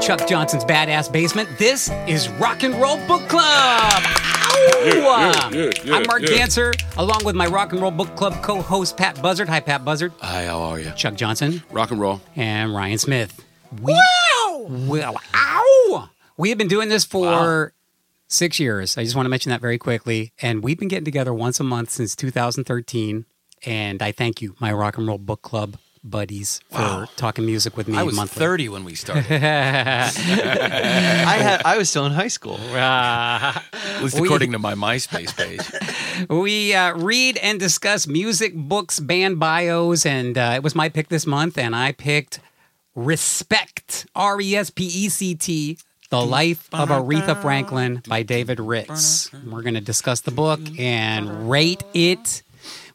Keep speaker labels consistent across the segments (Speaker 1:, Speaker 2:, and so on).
Speaker 1: Chuck Johnson's badass basement. This is Rock and Roll Book Club. Ow!
Speaker 2: Yeah, yeah, yeah,
Speaker 1: I'm Mark
Speaker 2: yeah.
Speaker 1: Dancer, along with my Rock and Roll Book Club co-host Pat Buzzard. Hi, Pat Buzzard.
Speaker 2: Hi, how are you?
Speaker 1: Chuck Johnson
Speaker 2: Rock and roll.
Speaker 1: and Ryan Smith. We, wow! Well, ow! We have been doing this for six years. I just want to mention that very quickly. And we've been getting together once a month since 2013. And I thank you, my rock and roll book club buddies, for talking music with me
Speaker 3: I was
Speaker 1: monthly.
Speaker 3: 30 when we started. I had I was still in high school, at least
Speaker 1: We-
Speaker 3: according to my MySpace page.
Speaker 1: We uh, read and discuss music, books, band bios, and uh, it was my pick this month, and I picked Respect, R E S P E C T, The Life of Aretha Franklin by David Ritz. We're going to discuss the book and rate it.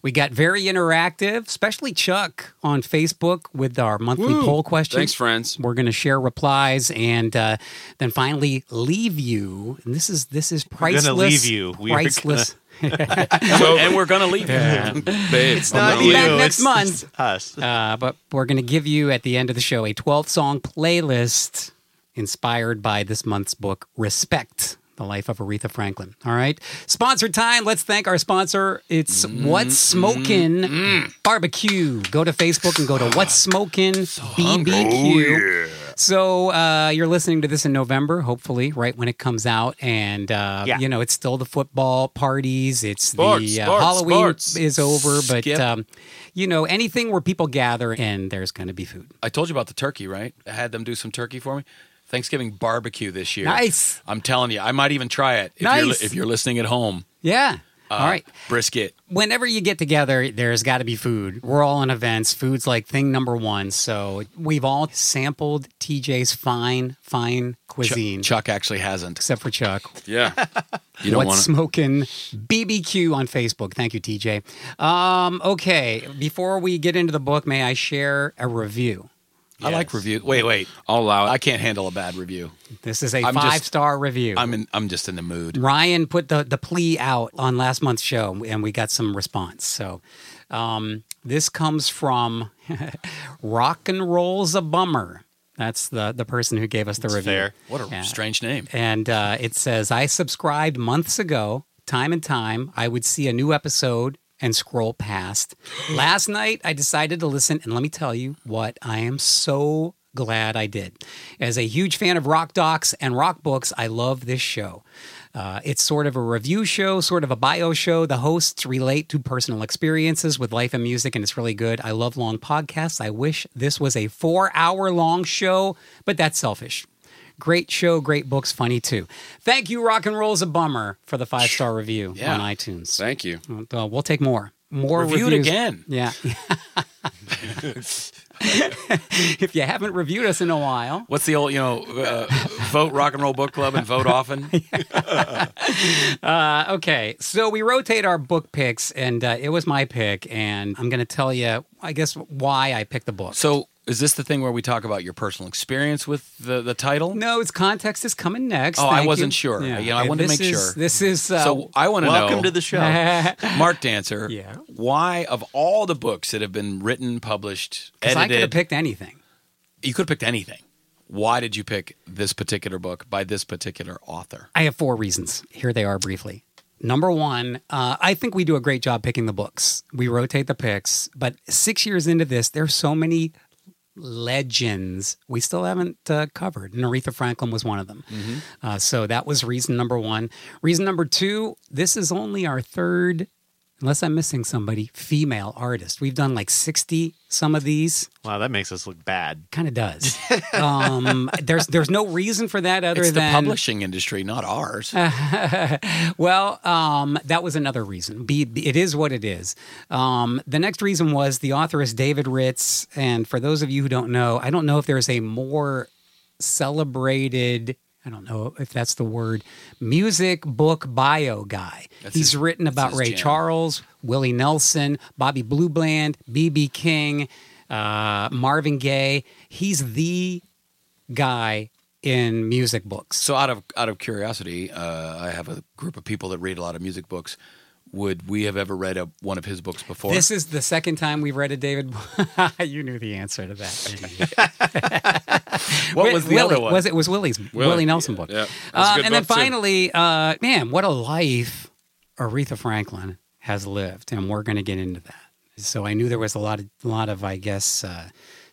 Speaker 1: We got very interactive, especially Chuck on Facebook with our monthly poll question.
Speaker 2: Thanks, friends.
Speaker 1: We're going to share replies and uh, then finally leave you. And this is this is
Speaker 4: gonna
Speaker 1: priceless.
Speaker 4: leave you. We are gonna-
Speaker 1: priceless.
Speaker 2: and we're gonna leave. Babe, it's
Speaker 1: not you. back next
Speaker 4: it's
Speaker 1: month.
Speaker 4: just us.
Speaker 1: Uh, but we're going to give you at the end of the show a 12 song playlist inspired by this month's book, Respect. The life of Aretha Franklin. All right. Sponsor time. Let's thank our sponsor. It's What's Smokin' Barbecue. Go to Facebook and go to What's Smokin' BBQ. So uh, you're listening to this in November, hopefully, right when it comes out. And, uh,
Speaker 4: Yeah.
Speaker 1: you know, it's still the football parties. It's
Speaker 2: Sports,
Speaker 1: the uh,
Speaker 2: sports,
Speaker 1: Halloween
Speaker 2: sports.
Speaker 1: is over, but
Speaker 3: Skip.
Speaker 1: um, you know anything where people gather and there's going to be food.
Speaker 3: I told you about the turkey, right? I had them do some turkey for me. Thanksgiving barbecue this year.
Speaker 1: Nice.
Speaker 3: I'm telling you, I might even try it if, you're,
Speaker 1: Nice.
Speaker 3: if you're listening at home.
Speaker 1: Yeah.
Speaker 3: Uh.
Speaker 1: all right.
Speaker 3: Brisket.
Speaker 1: Whenever you get together, there's got to be food. We're all on events. Food's like thing number one. So we've all sampled TJ's fine, fine
Speaker 3: Chuck-
Speaker 1: cuisine,
Speaker 3: Chuck actually hasn't.
Speaker 1: except for Chuck.
Speaker 2: Yeah, you don't
Speaker 1: What's
Speaker 2: want
Speaker 1: smoking BBQ on Facebook? Thank you, TJ. Um, okay. Before we get into the book, may I share a review?
Speaker 3: I like review. Wait, wait.
Speaker 2: I'll allow
Speaker 3: I
Speaker 2: it.
Speaker 3: can't handle a bad review.
Speaker 1: This is a
Speaker 3: I'm just-
Speaker 1: five star review.
Speaker 3: I'm in. I'm just in the mood.
Speaker 1: Ryan put the, the plea out on last month's show, and we got some response. So um, this comes from Rock and Roll's a Bummer. That's the, the person who gave us the review.
Speaker 4: fair.
Speaker 3: What a
Speaker 1: Yeah.
Speaker 3: strange name.
Speaker 1: And uh, it says, I subscribed months ago. Time and time, I would see a new episode and scroll past. Last night, I decided to listen, and let me tell you what, I am so glad I did. As a huge fan of rock docs and rock books, I love this show. Uh, it's sort of a review show, sort of a bio show. The hosts relate to personal experiences with life and music, and it's really good. I love long podcasts. I wish this was a four hour long show, but that's selfish. Great show, great books, funny too. Thank you, Rock and Roll's a Bummer, for the five star review
Speaker 3: Yeah.
Speaker 1: on iTunes.
Speaker 2: Thank you.
Speaker 1: Uh, we'll take more. More
Speaker 3: Review it
Speaker 1: reviews.
Speaker 3: again.
Speaker 1: Yeah. if you haven't reviewed us in a while,
Speaker 3: What's the old, you know, uh, vote rock and roll book club and vote often?
Speaker 1: uh, okay. So we rotate our book picks, and uh, it was my pick, and I'm going to tell you, I guess, why I picked the book.
Speaker 3: So is this the thing where we talk about your personal experience with the, the title?
Speaker 1: no, its context is coming next.
Speaker 3: Oh, I
Speaker 1: Thank you.
Speaker 3: wasn't sure. You know, I
Speaker 1: And
Speaker 3: wanted to
Speaker 1: this
Speaker 3: make
Speaker 1: is-
Speaker 3: sure.
Speaker 1: This is uh,
Speaker 3: so I want to know.
Speaker 4: Welcome to the show.
Speaker 3: Mark Dancer.
Speaker 1: Yeah.
Speaker 3: Why of all the books that have been written, published,
Speaker 1: 'cause I could have
Speaker 3: edited,
Speaker 1: picked anything.
Speaker 3: you could have picked anything. Why did you pick this particular book by this particular author?
Speaker 1: I have four reasons. Here they are briefly. Number one, uh, I think we do a great job picking the books. We rotate the picks, but six years into this, there's so many legends we still haven't uh, covered, and Aretha Franklin was one of them.
Speaker 3: Mm-hmm.
Speaker 1: Uh, so that was reason number one. Reason number two, this is only our third, unless I'm missing somebody, female artist. We've done like 60 some of these.
Speaker 4: Wow, that makes us look bad.
Speaker 1: Kind of does. um, there's there's no reason for that other
Speaker 3: It's the
Speaker 1: than Ah.
Speaker 3: publishing industry, not ours.
Speaker 1: well, um, that was another reason. Be, be- it is what it is. Um, the next reason was the author is David Ritz. And for those of you who don't know, I don't know if there's a more celebrated, I don't know if that's the word, music book bio guy. He's
Speaker 3: his-
Speaker 1: written
Speaker 3: that's
Speaker 1: about
Speaker 3: his
Speaker 1: Ray
Speaker 3: jam.
Speaker 1: Charles, Willie Nelson, Bobby Blue Bland, B.B. King, uh, Marvin Gaye. He's the guy in music books.
Speaker 3: So out of out of curiosity, uh, I have a group of people that read a lot of music books. Would we have ever read a, one of his books before?
Speaker 1: This is the second time we've read a David. you knew the answer to that.
Speaker 3: What was the
Speaker 1: Willie,
Speaker 3: other one?
Speaker 1: Was it was Willie's Willie,
Speaker 2: Willie,
Speaker 1: Nelson
Speaker 2: yeah,
Speaker 1: book?
Speaker 2: yeah. That's a
Speaker 1: Uh,
Speaker 2: good
Speaker 1: and then
Speaker 2: book, too.
Speaker 1: finally, uh, man, what a life Aretha Franklin has lived, and we're going to get into that. So I knew there was a lot of lot of I guess uh,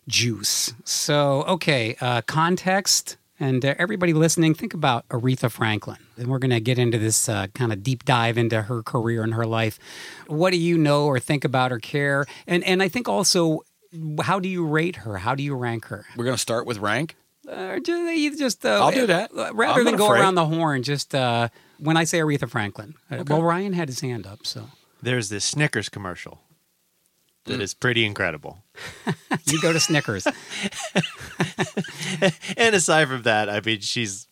Speaker 1: juice. So okay, uh, context. And uh, everybody listening, think about Aretha Franklin. And we're going to get into this uh, kind of deep dive into her career and her life. What do you know or think about or care? And and I think also, how do you rate her? How do you rank her?
Speaker 3: We're gonna start with rank.
Speaker 1: Uh, ju- you just uh,
Speaker 3: I'll do that.
Speaker 1: uh,
Speaker 3: I'm
Speaker 1: Rather
Speaker 3: not
Speaker 1: than go
Speaker 3: afraid.
Speaker 1: around the horn, just uh, when I say Aretha Franklin. Uh, Well, Ryan had his hand up, so
Speaker 4: There's this Snickers commercial that is pretty incredible.
Speaker 1: you go to Snickers.
Speaker 4: And aside from that, I mean, she's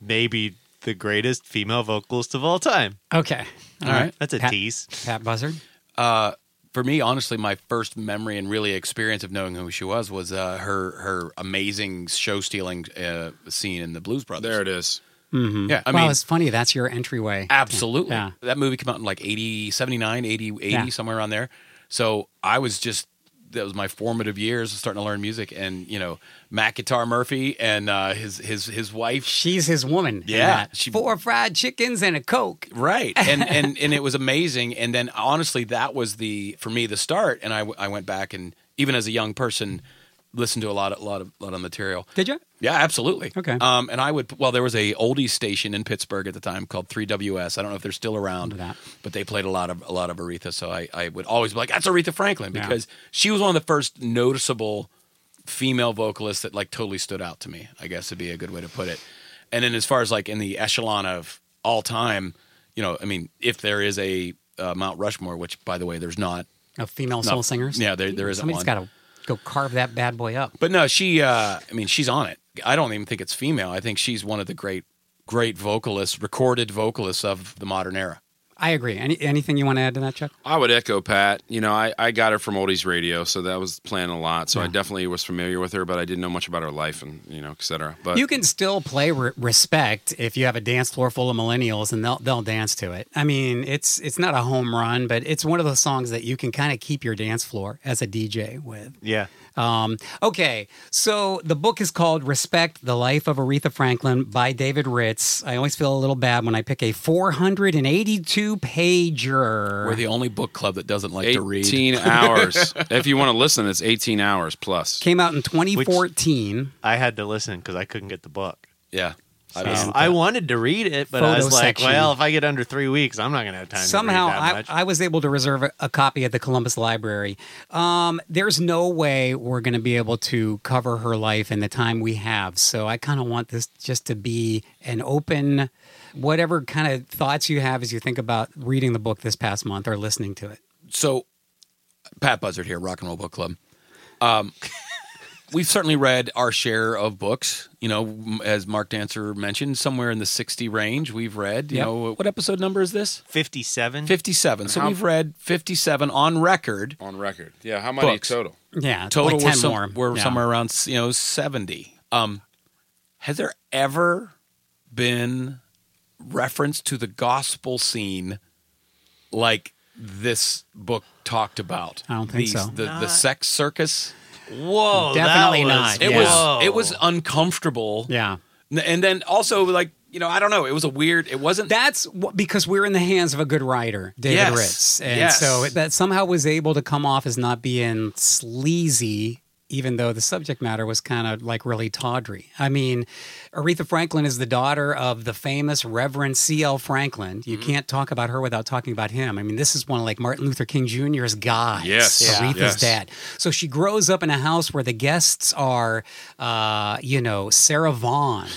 Speaker 4: maybe the greatest female vocalist of all time.
Speaker 1: Okay,
Speaker 3: All right.
Speaker 4: That's a
Speaker 1: Pat-
Speaker 4: tease.
Speaker 1: Pat Buzzard.
Speaker 3: Uh, for me, honestly, my first memory and really experience of knowing who she was was uh, her her amazing show stealing uh, scene in the Blues Brothers.
Speaker 2: There it is.
Speaker 3: Yeah, I
Speaker 1: Mm-hmm. well,
Speaker 3: mean,
Speaker 1: it's funny. That's your entryway.
Speaker 3: absolutely.
Speaker 1: Yeah.
Speaker 3: That movie came out in like 80, 79, 80, 80
Speaker 1: Yeah.
Speaker 3: somewhere around there. So I was just, that was my formative years starting to learn music. And, you know, Matt Guitar Murphy and uh, his, his, his wife.
Speaker 1: She's his woman. in
Speaker 3: Yeah,
Speaker 1: that.
Speaker 3: she-
Speaker 1: four fried chickens and a coke.
Speaker 3: Right. And, and, and it was amazing. And then honestly, that was the, for me, the start. And I, w- I went back and even as a young person, listened to a lot, of, lot of, lot of material.
Speaker 1: Did you?
Speaker 3: Yeah, absolutely.
Speaker 1: Okay.
Speaker 3: Um, and I would well, there was a oldies station in Pittsburgh at the time called 3WS. I don't know if they're still around,
Speaker 1: Remember that.
Speaker 3: but they played a lot of a lot of Aretha. So I, I would always be like, "That's Aretha Franklin,"
Speaker 1: Yeah.
Speaker 3: because she was one of the first noticeable female vocalists that like totally stood out to me. I guess would be a good way to put it. And then as far as like in the echelon of all time, you know, I mean, if there is a uh, Mount Rushmore, which by the way, there's not.
Speaker 1: Of female
Speaker 3: No.
Speaker 1: soul singers.
Speaker 3: Yeah, there- there isn't
Speaker 1: Somebody's
Speaker 3: one.
Speaker 1: got to go carve that bad boy up.
Speaker 3: But no, she. Uh, I mean, she's on it. I don't even think it's female. I think she's one of the great, great vocalists, recorded vocalists of the modern era.
Speaker 1: I agree. Any, anything you want to add to that, Chuck?
Speaker 2: I would echo Pat. You know, I, I got her from Oldies Radio, so that was playing a lot. So I
Speaker 1: Yeah.
Speaker 2: definitely was familiar with her, but I didn't know much about her life and, you know, et cetera. But
Speaker 1: you can still play re- respect if you have a dance floor full of millennials and they'll they'll dance to it. I mean, it's it's not a home run, but it's one of those songs that you can kind of keep your dance floor as a DJ with.
Speaker 4: Yeah.
Speaker 1: Um, okay, so the book is called Respect the Life of Aretha Franklin by David Ritz. I always feel a little bad when I pick a 482 pager.
Speaker 3: We're the only book club that doesn't like to read.
Speaker 2: 18 hours. If you want to listen, it's 18 hours plus.
Speaker 1: Came out in 2014.
Speaker 4: I had to listen because I couldn't get the book.
Speaker 3: Yeah, I
Speaker 4: Um,
Speaker 3: don't know.
Speaker 4: I wanted to read it, but I was
Speaker 1: Photo
Speaker 4: like,
Speaker 1: section.
Speaker 4: well, if I get under three weeks, I'm not going to have time
Speaker 1: somehow
Speaker 4: to read that
Speaker 1: I,
Speaker 4: much.
Speaker 1: I was able to reserve a, a copy at the Columbus Library. Um, there's no way we're going to be able to cover her life in the time we have. So I kind of want this just to be an open, whatever kind of thoughts you have as you think about reading the book this past month or listening to it.
Speaker 3: so Pat Buzzard here, Rock and Roll Book Club. Um, we've certainly read our share of books. You know, m- as Mark Dancer mentioned, somewhere in the sixty range, we've read. You
Speaker 1: Yep.
Speaker 3: know, what episode number is this?
Speaker 4: 57.
Speaker 3: Fifty-seven. So
Speaker 2: How-
Speaker 3: we've read fifty-seven on record.
Speaker 2: On record. Yeah. How many
Speaker 3: Books.
Speaker 2: total?
Speaker 1: Yeah, like
Speaker 3: total
Speaker 1: ten
Speaker 3: we're, some-
Speaker 1: more.
Speaker 3: we're
Speaker 1: Yeah.
Speaker 3: somewhere around you know 70 um has there ever been reference to the gospel scene like this book talked about
Speaker 1: I don't think
Speaker 3: These-
Speaker 1: so.
Speaker 3: the, the
Speaker 4: Not-
Speaker 3: sex circus
Speaker 4: Whoa.
Speaker 1: Definitely
Speaker 4: that was,
Speaker 1: not,
Speaker 3: it
Speaker 1: yeah.
Speaker 3: was it was uncomfortable
Speaker 1: Yeah.
Speaker 3: N- and then also like you know i don't know it was a weird it wasn't
Speaker 1: That's wh- because we're in the hands of a good writer, David
Speaker 3: Yes.
Speaker 1: Ritz, and
Speaker 3: Yes.
Speaker 1: so that somehow was able to come off as not being sleazy, even though the subject matter was kind of like really tawdry. I mean, Aretha Franklin is the daughter of the famous Reverend C.L. Franklin.
Speaker 2: Mm-hmm.
Speaker 1: You can't talk about her without talking about him. I mean, this is one of like Martin Luther King Jr.'s guys.
Speaker 2: Yes. Yeah.
Speaker 1: Aretha's
Speaker 2: Yes.
Speaker 1: dad that. So she grows up in a house where the guests are, uh, you know, Sarah Vaughan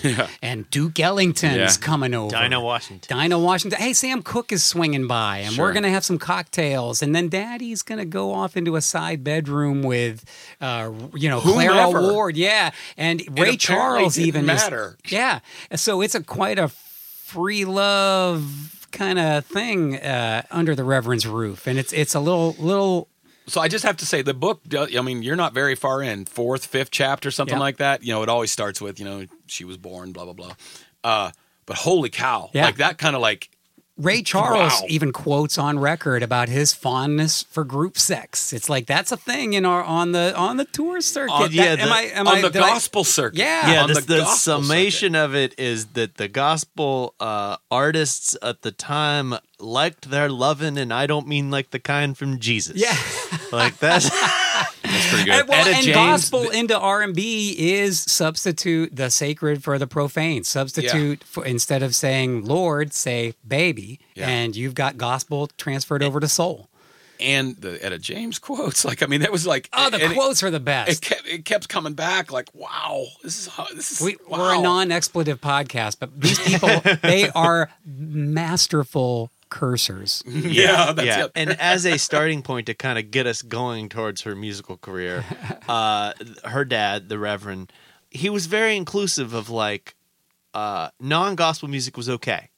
Speaker 1: and Duke Ellington's
Speaker 2: Yeah.
Speaker 1: coming over.
Speaker 4: Dinah Washington.
Speaker 1: Dinah Washington. Hey, Sam Cook is swinging by, and we're going to have some cocktails. And then Daddy's going to go off into a side bedroom with, uh, you know, Clara
Speaker 3: Whomever.
Speaker 1: Ward. Yeah. And Ray
Speaker 3: apparently
Speaker 1: Charles
Speaker 3: didn't
Speaker 1: even. is-
Speaker 3: matter.
Speaker 1: yeah. So it's a quite a free love kind of thing uh, under the Reverend's roof. And it's it's a little little
Speaker 3: so i just have to say the book does, i mean you're not very far in fourth fifth chapter something
Speaker 1: Yeah.
Speaker 3: like that you know it always starts with you know she was born blah blah blah uh but holy cow
Speaker 1: Yeah.
Speaker 3: like that kind of like
Speaker 1: Ray Charles
Speaker 2: Wow.
Speaker 1: even quotes on record about his fondness for group sex. It's like that's a thing in our on the on the tour circuit.
Speaker 4: On- yeah,
Speaker 1: That- am
Speaker 4: the-
Speaker 1: I am
Speaker 3: on
Speaker 1: I
Speaker 3: the
Speaker 1: did I-
Speaker 3: gospel circuit.
Speaker 1: Yeah.
Speaker 4: yeah,
Speaker 3: on
Speaker 4: this, the,
Speaker 3: gospel
Speaker 4: summation of it is that the gospel uh, artists at the time liked their lovin', and I don't mean like the kind from Jesus.
Speaker 1: yeah.
Speaker 4: like that's
Speaker 2: That's pretty good.
Speaker 1: And, well,
Speaker 3: Etta
Speaker 1: and
Speaker 3: James-
Speaker 1: gospel into R and B is substitute the sacred for the profane. Substitute for instead of saying Lord, say baby,
Speaker 3: Yeah.
Speaker 1: and you've got gospel transferred over to soul.
Speaker 3: circuit. and the Etta James quotes. Like I mean, that was like
Speaker 1: Oh, the
Speaker 3: and it-
Speaker 1: quotes are the
Speaker 3: It,
Speaker 1: best.
Speaker 3: kept it kept coming back. Like wow, this is how- this is
Speaker 1: We,
Speaker 3: wow.
Speaker 1: We're a non-expletive podcast, but these people they are masterful cursors.
Speaker 3: yeah that's
Speaker 4: yeah.
Speaker 3: it.
Speaker 4: And as a starting point to kind of get us going towards her musical career, uh, th- her dad, the Reverend, he was very inclusive of like uh, non gospel music was okay.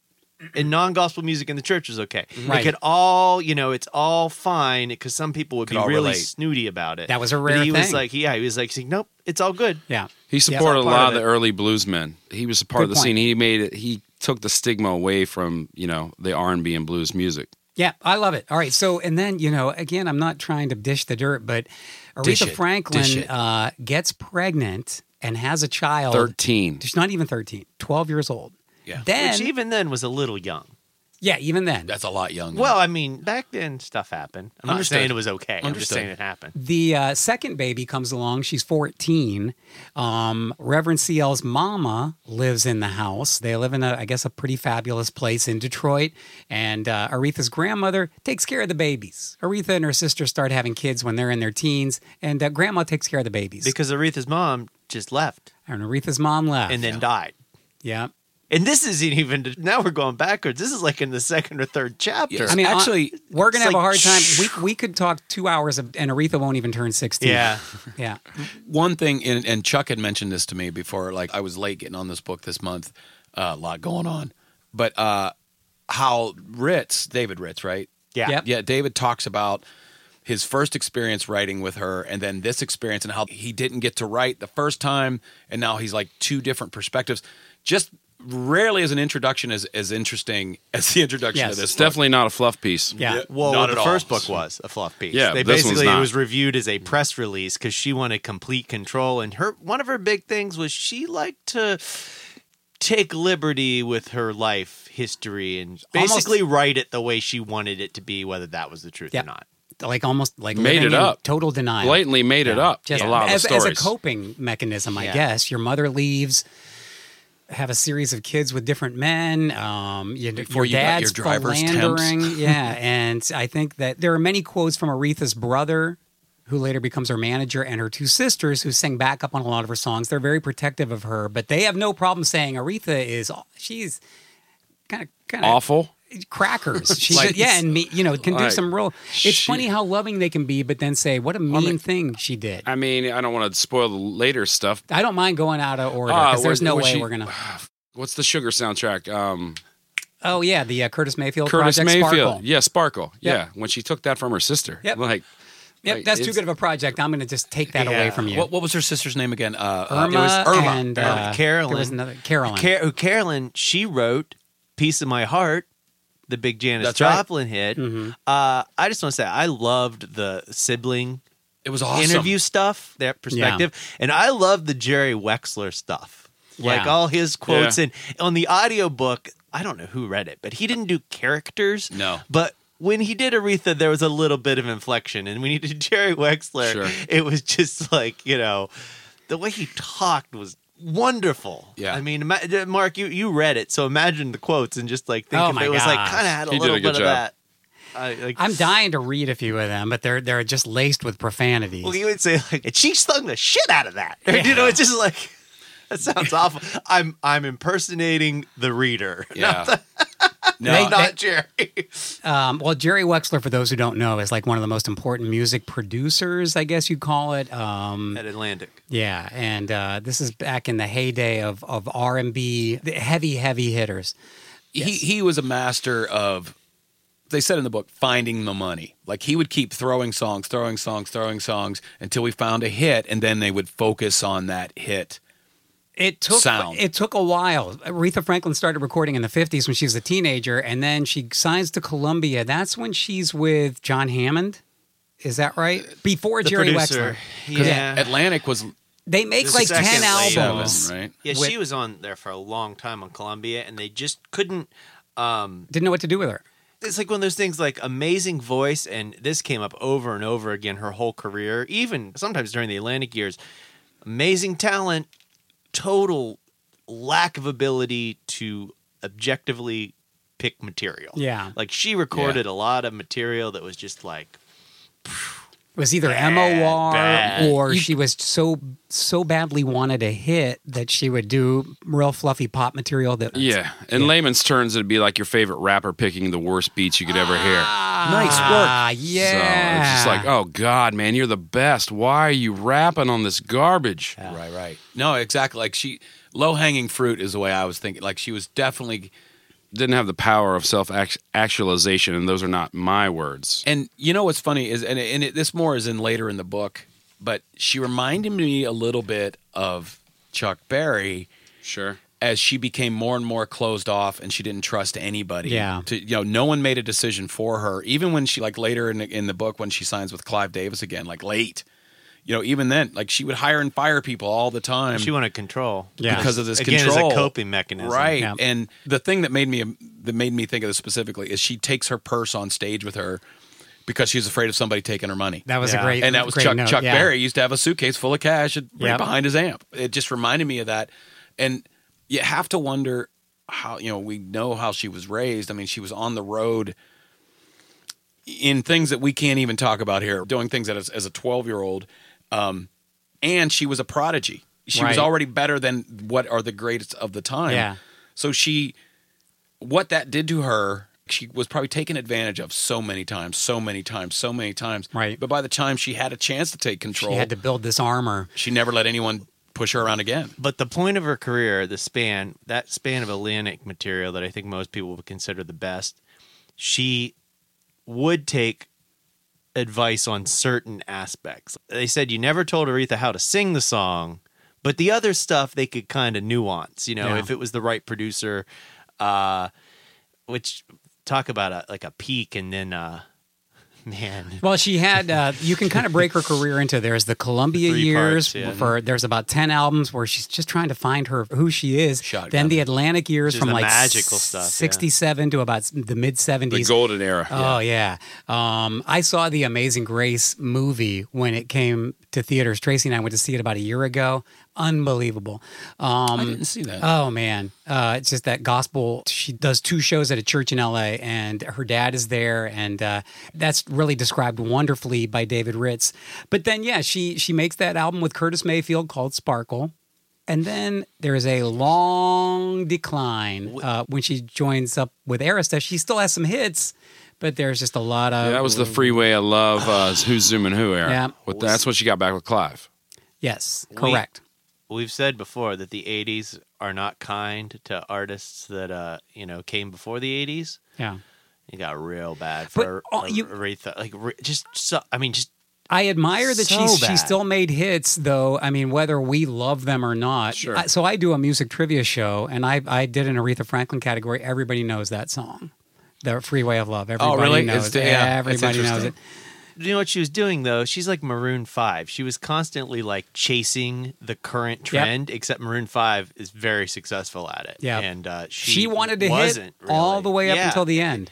Speaker 4: And non gospel music in the church was okay.
Speaker 1: Right.
Speaker 4: It could all, you know, it's all fine because some people would
Speaker 3: Could
Speaker 4: be
Speaker 3: all
Speaker 4: really
Speaker 3: relate.
Speaker 4: snooty about it.
Speaker 1: That was a
Speaker 4: But
Speaker 1: rare
Speaker 4: he was
Speaker 1: thing.
Speaker 4: like, yeah, he was like, saying, nope, it's all good.
Speaker 1: Yeah,
Speaker 2: He
Speaker 1: Yeah.
Speaker 2: supported a
Speaker 4: part of
Speaker 2: lot of the early bluesmen. He was a part
Speaker 1: Good
Speaker 2: of the
Speaker 1: point.
Speaker 2: scene. He made it. He took the stigma away from you know the R and B and blues music.
Speaker 1: Yeah, I love it. All right, so and then you know, again, I'm not trying to dish the dirt, but
Speaker 3: Dish
Speaker 1: Aretha
Speaker 3: it. Dish
Speaker 1: Franklin
Speaker 3: it.
Speaker 1: uh, gets pregnant and has a child.
Speaker 2: Thirteen.
Speaker 1: Oh, She's not even 13, 12 years old.
Speaker 3: Yeah.
Speaker 1: Then,
Speaker 4: Which even then was a little young.
Speaker 1: yeah, even then,
Speaker 3: That's a lot younger.
Speaker 4: Well, I mean, back then stuff happened. I'm not
Speaker 3: Understood.
Speaker 4: saying it was okay. I'm just
Speaker 3: Understood.
Speaker 4: saying it happened.
Speaker 1: the uh, second baby comes along. She's 14. Um, Reverend CL's mama lives in the house. They live in, a, I guess, a pretty fabulous place in Detroit. And uh, Aretha's grandmother takes care of the babies. Aretha and her sister start having kids when they're in their teens, and uh, grandma takes care of the babies.
Speaker 4: because Aretha's mom just left
Speaker 1: and Aretha's mom left.
Speaker 4: and then died.
Speaker 1: yeah.
Speaker 4: And this isn't even now we're going backwards. This is like in the second or third chapter.
Speaker 3: Yes.
Speaker 1: I mean,
Speaker 3: Actually,
Speaker 1: actually, we're gonna
Speaker 4: it's
Speaker 1: have a hard
Speaker 4: like-
Speaker 1: time. We we could talk two hours, of, and Aretha won't even turn sixteen.
Speaker 4: Yeah.
Speaker 1: yeah.
Speaker 3: one thing, and, and Chuck had mentioned this to me before. Like I was late getting on this book this month. Uh, a lot going on, but uh, how Ritz, David Ritz, right?
Speaker 4: yeah.
Speaker 1: Yep.
Speaker 3: Yeah, David talks about his first experience writing with her and then this experience and how he didn't get to write the first time and now he's like two different perspectives. Just rarely is an introduction as, as interesting as the introduction
Speaker 1: Yes.
Speaker 3: to this.
Speaker 2: It's definitely not a fluff piece.
Speaker 1: Yeah.
Speaker 4: Well,
Speaker 3: Not
Speaker 4: the
Speaker 3: at all.
Speaker 4: first book was a fluff piece.
Speaker 2: Yeah,
Speaker 4: they
Speaker 2: this one's
Speaker 4: basically it
Speaker 2: not.
Speaker 4: was reviewed as a press release because she wanted complete control, and her one of her big things was she liked to take liberty with her life history and
Speaker 1: Almost-
Speaker 4: basically write it the way she wanted it to be, whether that was the truth
Speaker 1: Yeah.
Speaker 4: or not.
Speaker 1: Like almost like
Speaker 2: Made
Speaker 1: living
Speaker 2: it
Speaker 1: in
Speaker 2: up.
Speaker 1: total denial.
Speaker 2: Blatantly made it up.
Speaker 1: Just
Speaker 2: a lot
Speaker 1: as,
Speaker 2: of the stories.
Speaker 1: as a coping mechanism, I
Speaker 4: Yeah.
Speaker 1: guess. Your mother leaves. Have a series of kids with different men. Um, you,
Speaker 3: Before
Speaker 1: your
Speaker 3: you got your
Speaker 1: dad's
Speaker 3: driver's temps.
Speaker 1: philandering. yeah, and I think that there are many quotes from Aretha's brother, who later becomes her manager, and her two sisters, who sing backup on a lot of her songs. They're very protective of her, but they have no problem saying Aretha is she's kind of kind of
Speaker 2: Awful.
Speaker 1: crackers. She
Speaker 3: Like-
Speaker 1: should- yeah, and me, you know, can do
Speaker 2: Like,
Speaker 1: some real. It's
Speaker 2: she-
Speaker 1: funny how loving they can be, but then say what a mean thing she did.
Speaker 2: I mean, I don't want to spoil the later stuff.
Speaker 1: I don't mind going out of order
Speaker 2: Ah,
Speaker 1: because there's
Speaker 2: where-
Speaker 1: no
Speaker 2: where
Speaker 1: way
Speaker 2: she-
Speaker 1: we're gonna.
Speaker 2: What's the sugar soundtrack? Um,
Speaker 1: Oh yeah, the uh, Curtis Mayfield
Speaker 2: Curtis
Speaker 1: project
Speaker 2: Mayfield.
Speaker 1: Sparkle.
Speaker 2: Yeah, Sparkle.
Speaker 1: Yep.
Speaker 2: Yeah, when she took that from her sister.
Speaker 1: Yep.
Speaker 2: Like,
Speaker 1: Yep,
Speaker 2: like,
Speaker 1: that's too
Speaker 2: it's-
Speaker 1: good of a project. I'm gonna just take that
Speaker 4: Yeah.
Speaker 1: away from you.
Speaker 3: What, what was her sister's name again? Uh, uh,
Speaker 1: Irma,
Speaker 3: it was Irma.
Speaker 1: and
Speaker 4: Irma.
Speaker 1: uh,
Speaker 4: Carolyn.
Speaker 1: There was another Carolyn.
Speaker 4: Car- who Carolyn, she wrote "Piece of My Heart," the big Janis
Speaker 3: That's right. Mm-hmm.
Speaker 4: Joplin hit. Uh, I just want to say I loved the sibling
Speaker 3: it was awesome.
Speaker 4: interview stuff, that perspective, and I loved the Jerry Wexler stuff, like
Speaker 1: Yeah.
Speaker 4: all his quotes.
Speaker 2: Yeah.
Speaker 4: And on the audiobook, I don't know who read it, but he didn't do characters.
Speaker 3: No.
Speaker 4: but. When he did Aretha, there was a little bit of inflection, and when he did Jerry Wexler,
Speaker 2: Sure.
Speaker 4: it was just like you know, the way he talked was wonderful.
Speaker 3: Yeah.
Speaker 4: I mean, ima- uh, Mark, you you read it, so imagine the quotes and just like think
Speaker 1: Oh
Speaker 4: if
Speaker 1: my
Speaker 4: it was like
Speaker 1: gosh.
Speaker 4: kind of had a
Speaker 2: He did
Speaker 4: little
Speaker 2: a
Speaker 4: bit
Speaker 2: good
Speaker 4: of
Speaker 2: job.
Speaker 4: that. I, like,
Speaker 1: I'm dying to read a few of them, but they're they're just laced with profanity.
Speaker 4: Well, you would say like, and she stung the shit out of that. You know, it's just like that sounds awful. I'm I'm impersonating the reader,
Speaker 3: Yeah. no,
Speaker 1: They-
Speaker 4: not, not Jerry.
Speaker 1: Um, well, Jerry Wexler, for those who don't know, is like one of the most important music producers, I guess you'd call it. Um,
Speaker 4: At Atlantic,
Speaker 1: Yeah, and uh, this is back in the heyday of of R and B, the heavy heavy hitters.
Speaker 3: he he was a master of they said in the book finding the money like he would keep throwing songs throwing songs throwing songs until we found a hit and then they would focus on that hit
Speaker 1: It took
Speaker 3: sound.
Speaker 1: it took a while. Aretha Franklin started recording in the 50s when she was a teenager and then she signs to Columbia. That's when she's with John Hammond. Is that right? Before
Speaker 4: The
Speaker 1: Jerry
Speaker 4: producer.
Speaker 1: Wexler.
Speaker 3: Ah.
Speaker 4: Yeah.
Speaker 3: Atlantic was
Speaker 1: They make
Speaker 4: The
Speaker 1: like 10
Speaker 4: second lady.
Speaker 1: albums.
Speaker 3: seven, right?
Speaker 4: Yeah,
Speaker 1: With-
Speaker 4: she was on there for a long time on Columbia, and they just couldn't. Um,
Speaker 1: Didn't know what to do with her.
Speaker 4: it's like one of those things, like amazing voice, and this came up over and over again her whole career, even sometimes during the Atlantic years. Amazing talent, total lack of ability to objectively pick material.
Speaker 1: Yeah.
Speaker 4: like she recorded a lot of material that was just like
Speaker 1: It was either
Speaker 4: Bad,
Speaker 1: MOR
Speaker 4: bad.
Speaker 1: or she was so so badly wanted a hit that she would do real fluffy pop material that
Speaker 2: Yeah. In layman's terms, it'd be like your favorite rapper picking the worst beats you could ever hear.
Speaker 3: Nice
Speaker 1: Ah,
Speaker 2: So
Speaker 1: yeah.
Speaker 2: it's just like, oh God, man, you're the best. Why are you rapping on this garbage?
Speaker 3: Right, right. No, exactly. Like she, low hanging fruit is the way I was thinking. Like she was definitely,
Speaker 2: Didn't have the power of self actualization, and those are not my words.
Speaker 3: and you know what's funny is, and and it, this more is in later in the book, but she reminded me a little bit of Chuck Berry
Speaker 2: Sure.
Speaker 3: as she became more and more closed off, and she didn't trust anybody.
Speaker 1: Yeah.
Speaker 3: to you know, no one made a decision for her. Even when she like later in the, in the book when she signs with Clive Davis again, like late. You know, even then, like she would hire and fire people all the time.
Speaker 4: she wanted control.
Speaker 1: Yeah.
Speaker 3: because of this
Speaker 4: Again, as a
Speaker 3: control
Speaker 4: coping mechanism.
Speaker 3: right?
Speaker 1: Yeah.
Speaker 3: And the thing that made me um, that made me think of this specifically is she takes her purse on stage with her because she's afraid of somebody taking her money.
Speaker 1: that was
Speaker 4: Yeah.
Speaker 1: a great
Speaker 3: and that was
Speaker 1: great
Speaker 3: Chuck
Speaker 1: note,
Speaker 3: Chuck
Speaker 1: yeah.
Speaker 3: Berry used to have a suitcase full of cash right
Speaker 1: Yep.
Speaker 3: behind his amp. It just reminded me of that, and you have to wonder how you know we know how she was raised. I mean, she was on the road in things that we can't even talk about here, doing things that as, as a 12 year old. Um, and she was a prodigy. She
Speaker 1: Right.
Speaker 3: was already better than what are the greatest of the time.
Speaker 1: Yeah.
Speaker 3: So she, what that did to her, she was probably taken advantage of so many times, so many times, so many times.
Speaker 1: Right.
Speaker 3: But by the time she had a chance to take control,
Speaker 1: She
Speaker 3: she,
Speaker 1: had to build this armor.
Speaker 3: never let anyone push her around again.
Speaker 4: But the point of her career, the span, that span of Atlantic material that I think most people would consider the best, she would take advice on certain aspects. They said you never told Aretha how to sing the song, but the other stuff they could kind of nuance, you know,
Speaker 1: Yeah.
Speaker 4: if it was the right producer, uh, which talk about a, like a peak and then, uh, man,
Speaker 1: Well, she had. Uh, you can kind of break her career into there's the Columbia
Speaker 4: Three
Speaker 1: years
Speaker 4: parts, yeah.
Speaker 1: for there's about ten albums where she's just trying to find her who she is.
Speaker 3: Shotgun.
Speaker 1: Then the Atlantic years
Speaker 4: Just
Speaker 1: from
Speaker 4: the
Speaker 1: like
Speaker 4: magical stuff, yeah.
Speaker 1: '67 to about the mid
Speaker 2: The
Speaker 1: '70s.
Speaker 2: golden era.
Speaker 1: Oh yeah. Um, I saw the Amazing Grace movie when it came to theaters. Tracy and I went to see it about a year ago. Unbelievable. Um,
Speaker 3: I didn't see that.
Speaker 1: Oh man, uh, it's just that gospel. She does two shows at a church in L.A., and her dad is there, and uh, that's really described wonderfully by David Ritz. But then, yeah, she she makes that album with Curtis Mayfield called Sparkle, and then there is a long decline uh, when she joins up with Arista. She still has some hits, but there's just a lot of
Speaker 2: Yeah, that was the freeway of love, uh, who's zooming who era.
Speaker 1: Yeah.
Speaker 2: With- that's what she got back with Clive.
Speaker 1: yes,
Speaker 4: We-
Speaker 1: correct.
Speaker 4: we've said before that the 80s are not kind to artists that uh you know came before the 80s
Speaker 1: yeah,
Speaker 4: it got real bad for
Speaker 1: But, uh,
Speaker 4: Ar-
Speaker 1: you-
Speaker 4: Aretha like re- just so, I mean just
Speaker 1: I admire that
Speaker 4: So
Speaker 1: she's, she
Speaker 4: bad.
Speaker 1: still made hits, though. I mean, whether we love them or not.
Speaker 2: Sure.
Speaker 1: I- so I do a music trivia show, and I I did an Aretha Franklin category. Everybody knows that song, "The Freeway of
Speaker 2: Oh,
Speaker 1: Love." Everybody
Speaker 3: really?
Speaker 1: knows
Speaker 3: It's-
Speaker 1: it.
Speaker 3: yeah, it's
Speaker 1: Everybody knows it.
Speaker 3: interesting.
Speaker 4: you know what she was doing though she's like Maroon 5 she was constantly like chasing the current trend except Maroon 5 is very successful at it
Speaker 1: Yeah.
Speaker 4: and uh she,
Speaker 1: She, wanted to hit
Speaker 4: wasn't
Speaker 1: all
Speaker 4: really.
Speaker 1: the way up
Speaker 4: Yeah.
Speaker 1: until the end.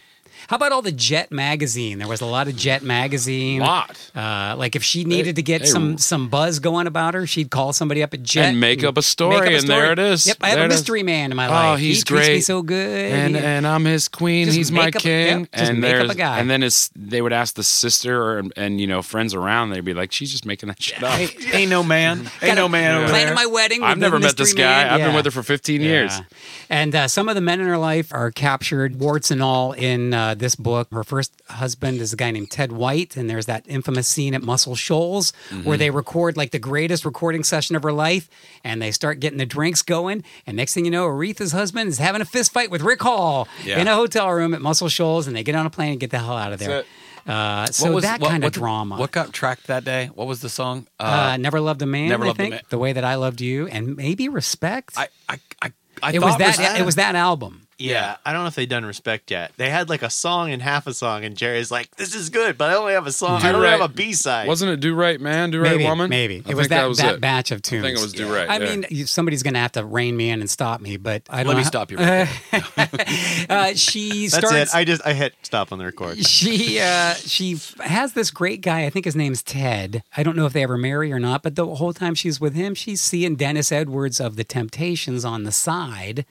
Speaker 1: How about all the Jet magazine? There was a lot of Jet magazine.
Speaker 2: Lot.
Speaker 1: Uh, like if she needed
Speaker 2: They-
Speaker 1: to get
Speaker 2: they-
Speaker 1: some some buzz going about her, she'd call somebody up at Jet
Speaker 2: And make up a story,
Speaker 1: make up a
Speaker 2: and there it
Speaker 1: story.
Speaker 2: is.
Speaker 1: Yep, I have
Speaker 2: There
Speaker 1: a
Speaker 2: it is.
Speaker 1: mystery man in my
Speaker 2: Oh,
Speaker 1: life.
Speaker 2: he's
Speaker 1: he treats me
Speaker 2: great.
Speaker 1: so good.
Speaker 2: and
Speaker 1: He-
Speaker 2: and I'm his queen.
Speaker 1: Just
Speaker 2: He's my
Speaker 1: make up-
Speaker 2: king.
Speaker 1: yep, just
Speaker 2: and
Speaker 1: make up
Speaker 2: there's
Speaker 1: a guy.
Speaker 2: and then it's they would ask the sister or, and you know friends around. They'd be like, she's just making that shit up.
Speaker 3: Ain't no man. Ain't
Speaker 1: Got
Speaker 3: no
Speaker 1: a-
Speaker 3: man over
Speaker 1: planning
Speaker 3: there.
Speaker 1: my wedding. with
Speaker 2: I've never
Speaker 1: the
Speaker 2: met this
Speaker 1: mystery
Speaker 2: guy.
Speaker 1: man.
Speaker 2: I've been
Speaker 1: Yeah.
Speaker 2: with her for 15 years.
Speaker 1: Yeah. And uh, some of the men in her life are captured, warts and all, in uh, this book. Her first husband is a guy named Ted White, and there's that infamous scene at Muscle Shoals
Speaker 3: Mm-hmm.
Speaker 1: where they record like the greatest recording session of her life, and they start getting the drinks going. And next thing you know, Aretha's husband is having a fist fight with Rick Hall
Speaker 3: Yeah.
Speaker 1: in a hotel room at Muscle Shoals, and they get on a plane and get the hell out of there. Uh, so
Speaker 3: was-
Speaker 1: that kind of
Speaker 3: what-
Speaker 1: drama.
Speaker 3: What got tracked that day? What was the song?
Speaker 1: uh, never loved a man.
Speaker 3: Never
Speaker 1: I
Speaker 3: Loved a
Speaker 1: think,
Speaker 3: Man.
Speaker 1: The way that I loved you, and maybe respect.
Speaker 3: I, I, I, I
Speaker 1: it
Speaker 3: thought
Speaker 1: was that.
Speaker 3: Res-
Speaker 1: it was that album.
Speaker 4: Yeah, I don't know if they done respect yet. They had like a song and half a song, and Jerry's like, "This is good, but I only have a song. I
Speaker 2: You're
Speaker 4: only have a
Speaker 2: right.
Speaker 4: B side."
Speaker 2: Wasn't it Do Right Man, Do Right
Speaker 1: maybe,
Speaker 2: Woman?
Speaker 1: Maybe
Speaker 2: I
Speaker 1: it was
Speaker 2: think
Speaker 1: that,
Speaker 2: that was
Speaker 1: that
Speaker 2: it.
Speaker 1: batch of tunes.
Speaker 2: it was Do Right,
Speaker 1: I
Speaker 2: yeah.
Speaker 1: mean, you, somebody's going to have to rein me in and stop me. But I don't
Speaker 3: Let
Speaker 1: know
Speaker 3: me
Speaker 1: how-
Speaker 3: stop you. Right
Speaker 1: Uh, she
Speaker 4: That's
Speaker 1: starts.
Speaker 4: it. I just I hit stop on the record.
Speaker 1: she uh, she f- has this great guy. I think his name's Ted. I don't know if they ever marry or not, but the whole time she's with him, she's seeing Dennis Edwards of the Temptations on the side,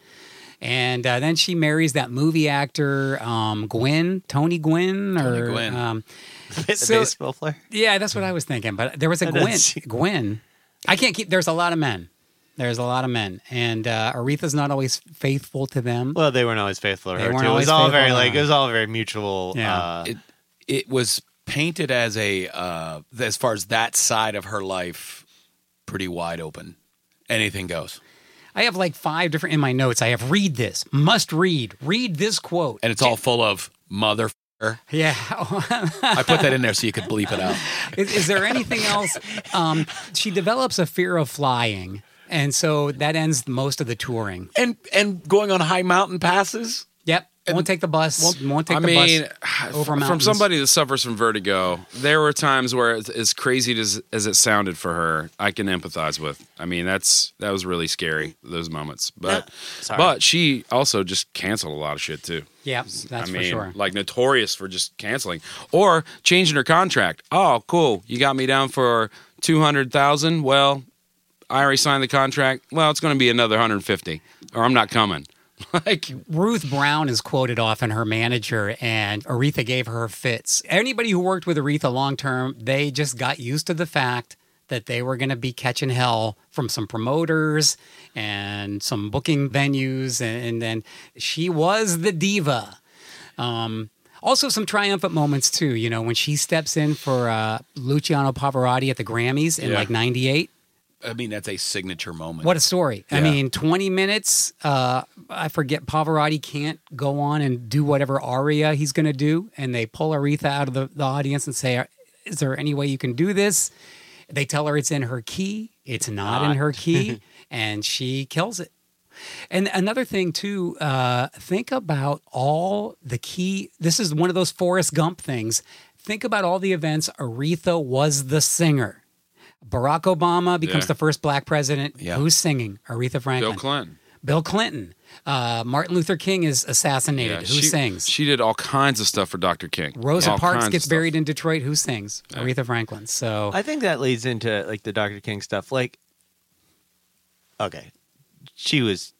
Speaker 1: and uh, then she marries that movie actor um, Gwyn, Tony Gwyn, or
Speaker 3: Tony Gwynn.
Speaker 1: Um,
Speaker 4: the
Speaker 1: So-
Speaker 4: baseball player.
Speaker 1: yeah, that's what I was thinking. But there was a
Speaker 4: That
Speaker 1: Gwen.
Speaker 4: is-
Speaker 1: Gwen. I can't keep. There's a lot of men. There's a lot of men, and uh, Aretha's not always faithful to them.
Speaker 4: Well, they weren't always faithful to
Speaker 1: They
Speaker 4: her.
Speaker 1: weren't
Speaker 4: Too. It
Speaker 1: always
Speaker 4: was all
Speaker 1: faithful
Speaker 4: very
Speaker 1: to
Speaker 4: like
Speaker 1: her.
Speaker 4: it was all very mutual.
Speaker 1: Yeah.
Speaker 4: Uh,
Speaker 3: it, it was painted as a uh, as far as that side of her life, pretty wide open. Anything goes,
Speaker 1: I have like five different in my notes. I have read this, must read, read this quote.
Speaker 3: and it's all full of mother.
Speaker 1: Yeah.
Speaker 3: I put that in there so you could bleep it out.
Speaker 1: is, is there anything else? Um, she develops a fear of flying, and so that ends most of the touring.
Speaker 3: And and going on high mountain passes.
Speaker 1: Yep. won't take the bus. Won't, take
Speaker 2: I
Speaker 1: the
Speaker 2: mean,
Speaker 1: bus over
Speaker 2: from
Speaker 1: mountains.
Speaker 2: somebody that suffers from vertigo, there were times where, it's- as crazy as, as it sounded for her, I can empathize with. I mean, that's that was really scary those moments. But
Speaker 4: sorry.
Speaker 2: but she also just canceled a lot of shit too.
Speaker 1: Yep. That's
Speaker 2: I mean,
Speaker 1: for sure.
Speaker 2: like notorious for just canceling or changing her contract. Oh, cool! You got me down for two hundred thousand. Well, I already signed the contract. Well, it's going to be another hundred fifty, or I'm not coming. like
Speaker 1: Ruth Brown is quoted often, her manager, and Aretha gave her fits. Anybody who worked with Aretha long term, they just got used to the fact that they were going to be catching hell from some promoters and some booking venues. And, and then she was the diva. Um, also, some triumphant moments, too. You know, when she steps in for uh, Luciano Pavarotti at the Grammys in
Speaker 3: Yeah.
Speaker 1: like 98.
Speaker 3: I mean, that's a signature moment.
Speaker 1: What a story. I
Speaker 3: Yeah.
Speaker 1: mean, 20 minutes. Uh, I forget, Pavarotti can't go on and do whatever aria he's going to do. And they pull Aretha out of the, the audience and say, Is there any way you can do this? They tell her it's in her key. It's not, in her key. and she kills it. And another thing, too, uh, think about all the key. This is one of those Forrest Gump things. Think about all the events Aretha was the singer. Barack Obama becomes
Speaker 2: Yeah.
Speaker 1: the first black president.
Speaker 3: Yeah.
Speaker 1: Who's singing? Aretha Franklin.
Speaker 2: Bill Clinton.
Speaker 1: Bill Clinton. Uh, Martin Luther King is assassinated. Who
Speaker 2: she,
Speaker 1: sings?
Speaker 2: She did all kinds of stuff for Dr. King.
Speaker 1: Rosa
Speaker 2: All kinds
Speaker 1: Parks
Speaker 2: of
Speaker 1: gets
Speaker 2: stuff.
Speaker 1: buried in Detroit. Who sings? Aretha Franklin. So
Speaker 4: I think that leads into like the Dr. King stuff. Like, okay, she was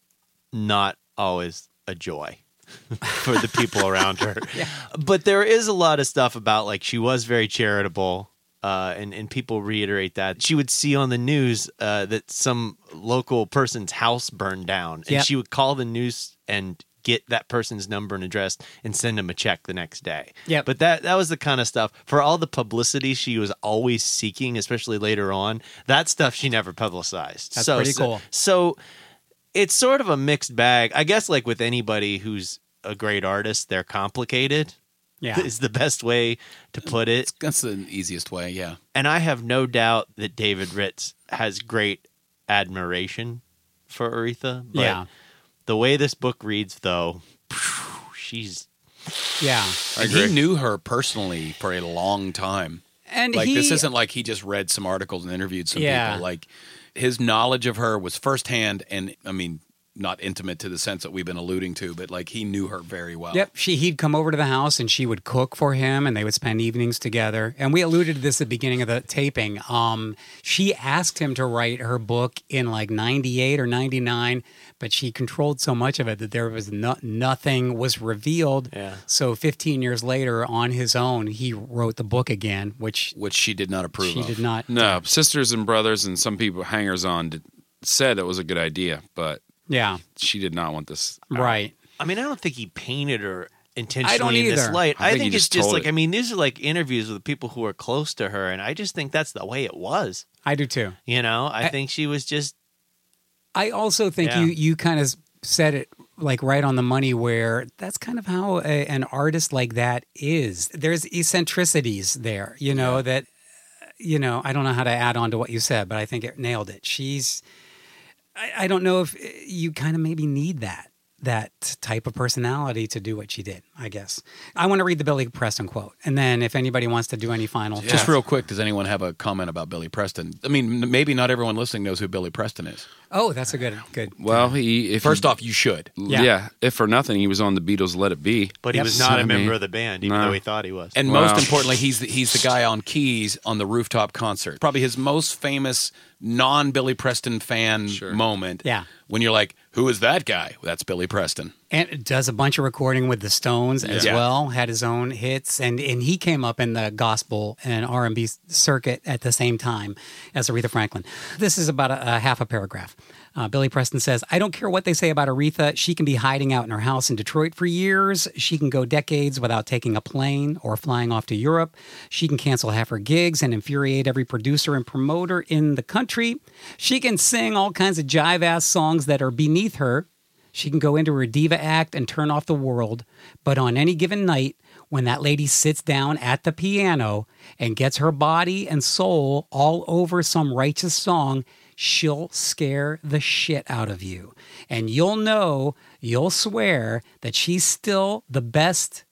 Speaker 4: not always a joy for the people around her, but there is a lot of stuff about like she was very charitable. Uh, and, and people reiterate that she would see on the news uh, that some local person's house burned down and
Speaker 1: Yep.
Speaker 4: she would call the news and get that person's number and address and send them a check the next day
Speaker 1: Yep.
Speaker 4: but that that was the kind of stuff for all the publicity she was always seeking, especially later on. That stuff she never publicized.
Speaker 1: That's
Speaker 4: so,
Speaker 1: pretty
Speaker 4: so-
Speaker 1: cool.
Speaker 4: So, it's sort of a mixed bag, I guess. Like with anybody who's a great artist, they're complicated.
Speaker 1: yeah,
Speaker 4: Is the best way to put it.
Speaker 3: That's the easiest way. Yeah.
Speaker 4: And I have no doubt that David Ritz has great admiration for Aretha. But
Speaker 1: yeah,
Speaker 4: The way this book reads, though, phew, she's
Speaker 1: yeah.
Speaker 2: I
Speaker 3: And
Speaker 2: agree.
Speaker 3: he knew her personally for a long time.
Speaker 1: And
Speaker 3: like
Speaker 1: he,
Speaker 3: this isn't like he just read some articles and interviewed some
Speaker 1: Yeah.
Speaker 3: people. Like his knowledge of her was firsthand, and I mean, not intimate to the sense that we've been alluding to, but like he knew her very well.
Speaker 1: Yep, she he'd come over to the house and she would cook for him, and they would spend evenings together. And we alluded to this at the beginning of the taping. Um, she asked him to write her book in like '98 or '99, but she controlled so much of it that there was no, nothing was revealed.
Speaker 4: Yeah.
Speaker 1: So 15 years later, on his own, he wrote the book again, which
Speaker 3: which she did not approve.
Speaker 1: she
Speaker 3: of.
Speaker 1: did not.
Speaker 2: No, sisters and brothers and some people, hangers on, did, said it was a good idea, but
Speaker 1: Yeah,
Speaker 2: she did not want this.
Speaker 1: right.
Speaker 4: I mean, I don't think he painted her intentionally
Speaker 1: I don't
Speaker 4: in this
Speaker 1: either.
Speaker 4: light.
Speaker 2: I
Speaker 4: I,
Speaker 2: think
Speaker 4: think
Speaker 2: he
Speaker 4: it's
Speaker 2: just
Speaker 4: just
Speaker 2: told
Speaker 4: like
Speaker 2: it.
Speaker 4: I mean, these are like interviews with people who are close to her, and I just think that's the way it was.
Speaker 1: I do too.
Speaker 4: You know, I,
Speaker 1: I-
Speaker 4: think she was just
Speaker 1: I also think
Speaker 4: Yeah.
Speaker 1: you you kind of said it like right on the money where that's kind of how a, an artist like that is there's eccentricities there you know that you know i don't know how to add on to what you said but i think it nailed it she's i, I don't know if eh, you kind of maybe need that that type of personality to do what she did i guess i want to read the billy preston quote and then if anybody wants to do any final
Speaker 3: Just real quick, does anyone have a comment about Billy Preston? I mean, m- maybe not everyone listening knows who Billy Preston is.
Speaker 1: oh that's a good good
Speaker 2: Well, he if
Speaker 3: First off, you should.
Speaker 1: Yeah.
Speaker 2: yeah. if for nothing, he was on the Beatles' "Let It Be."
Speaker 4: But he
Speaker 1: Yep.
Speaker 4: was not a
Speaker 2: I
Speaker 4: member
Speaker 2: mean,
Speaker 4: of the band, even
Speaker 2: no.
Speaker 4: though he thought he was.
Speaker 3: And
Speaker 2: Wow.
Speaker 3: most importantly, he's the, he's the guy on keys on the rooftop concert. Probably his most famous non Billy Preston fan moment.
Speaker 1: Yeah.
Speaker 3: When you're like, who is that guy? Well, that's Billy Preston.
Speaker 1: and does a bunch of recording with the Stones as
Speaker 3: Yeah.
Speaker 1: well. Had his own hits, and and he came up in the gospel and R and B circuit at the same time as Aretha Franklin. This is about a, a half a paragraph. Uh, Billy Preston says, "I don't care what they say about Aretha. She can be hiding out in her house in Detroit for years. She can go decades without taking a plane or flying off to Europe. She can cancel half her gigs and infuriate every producer and promoter in the country. She can sing all kinds of jive ass songs that are beneath her." She can go into her diva act and turn off the world, but on any given night, when that lady sits down at the piano and gets her body and soul all over some righteous song, she'll scare the shit out of you. And you'll know, you'll swear that she's still the best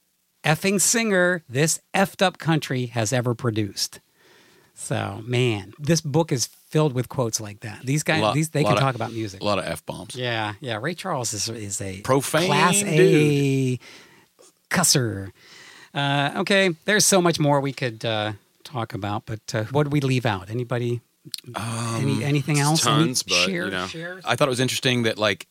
Speaker 1: effing singer this effed up country has ever produced. So, man, this book is filled with quotes like that. These guys,
Speaker 3: Lot-
Speaker 1: these they can
Speaker 3: lot of-
Speaker 1: talk about music.
Speaker 3: A lot of F bombs.
Speaker 1: Yeah, yeah. Ray Charles is, is a
Speaker 3: Profane
Speaker 1: class A cusser. Uh, okay, there's so much more we could uh, talk about, but uh, what did we leave out? Anybody? any, anything else? Any-
Speaker 2: tons, but,
Speaker 1: share,
Speaker 2: you know.
Speaker 1: share?
Speaker 3: I thought it was interesting that like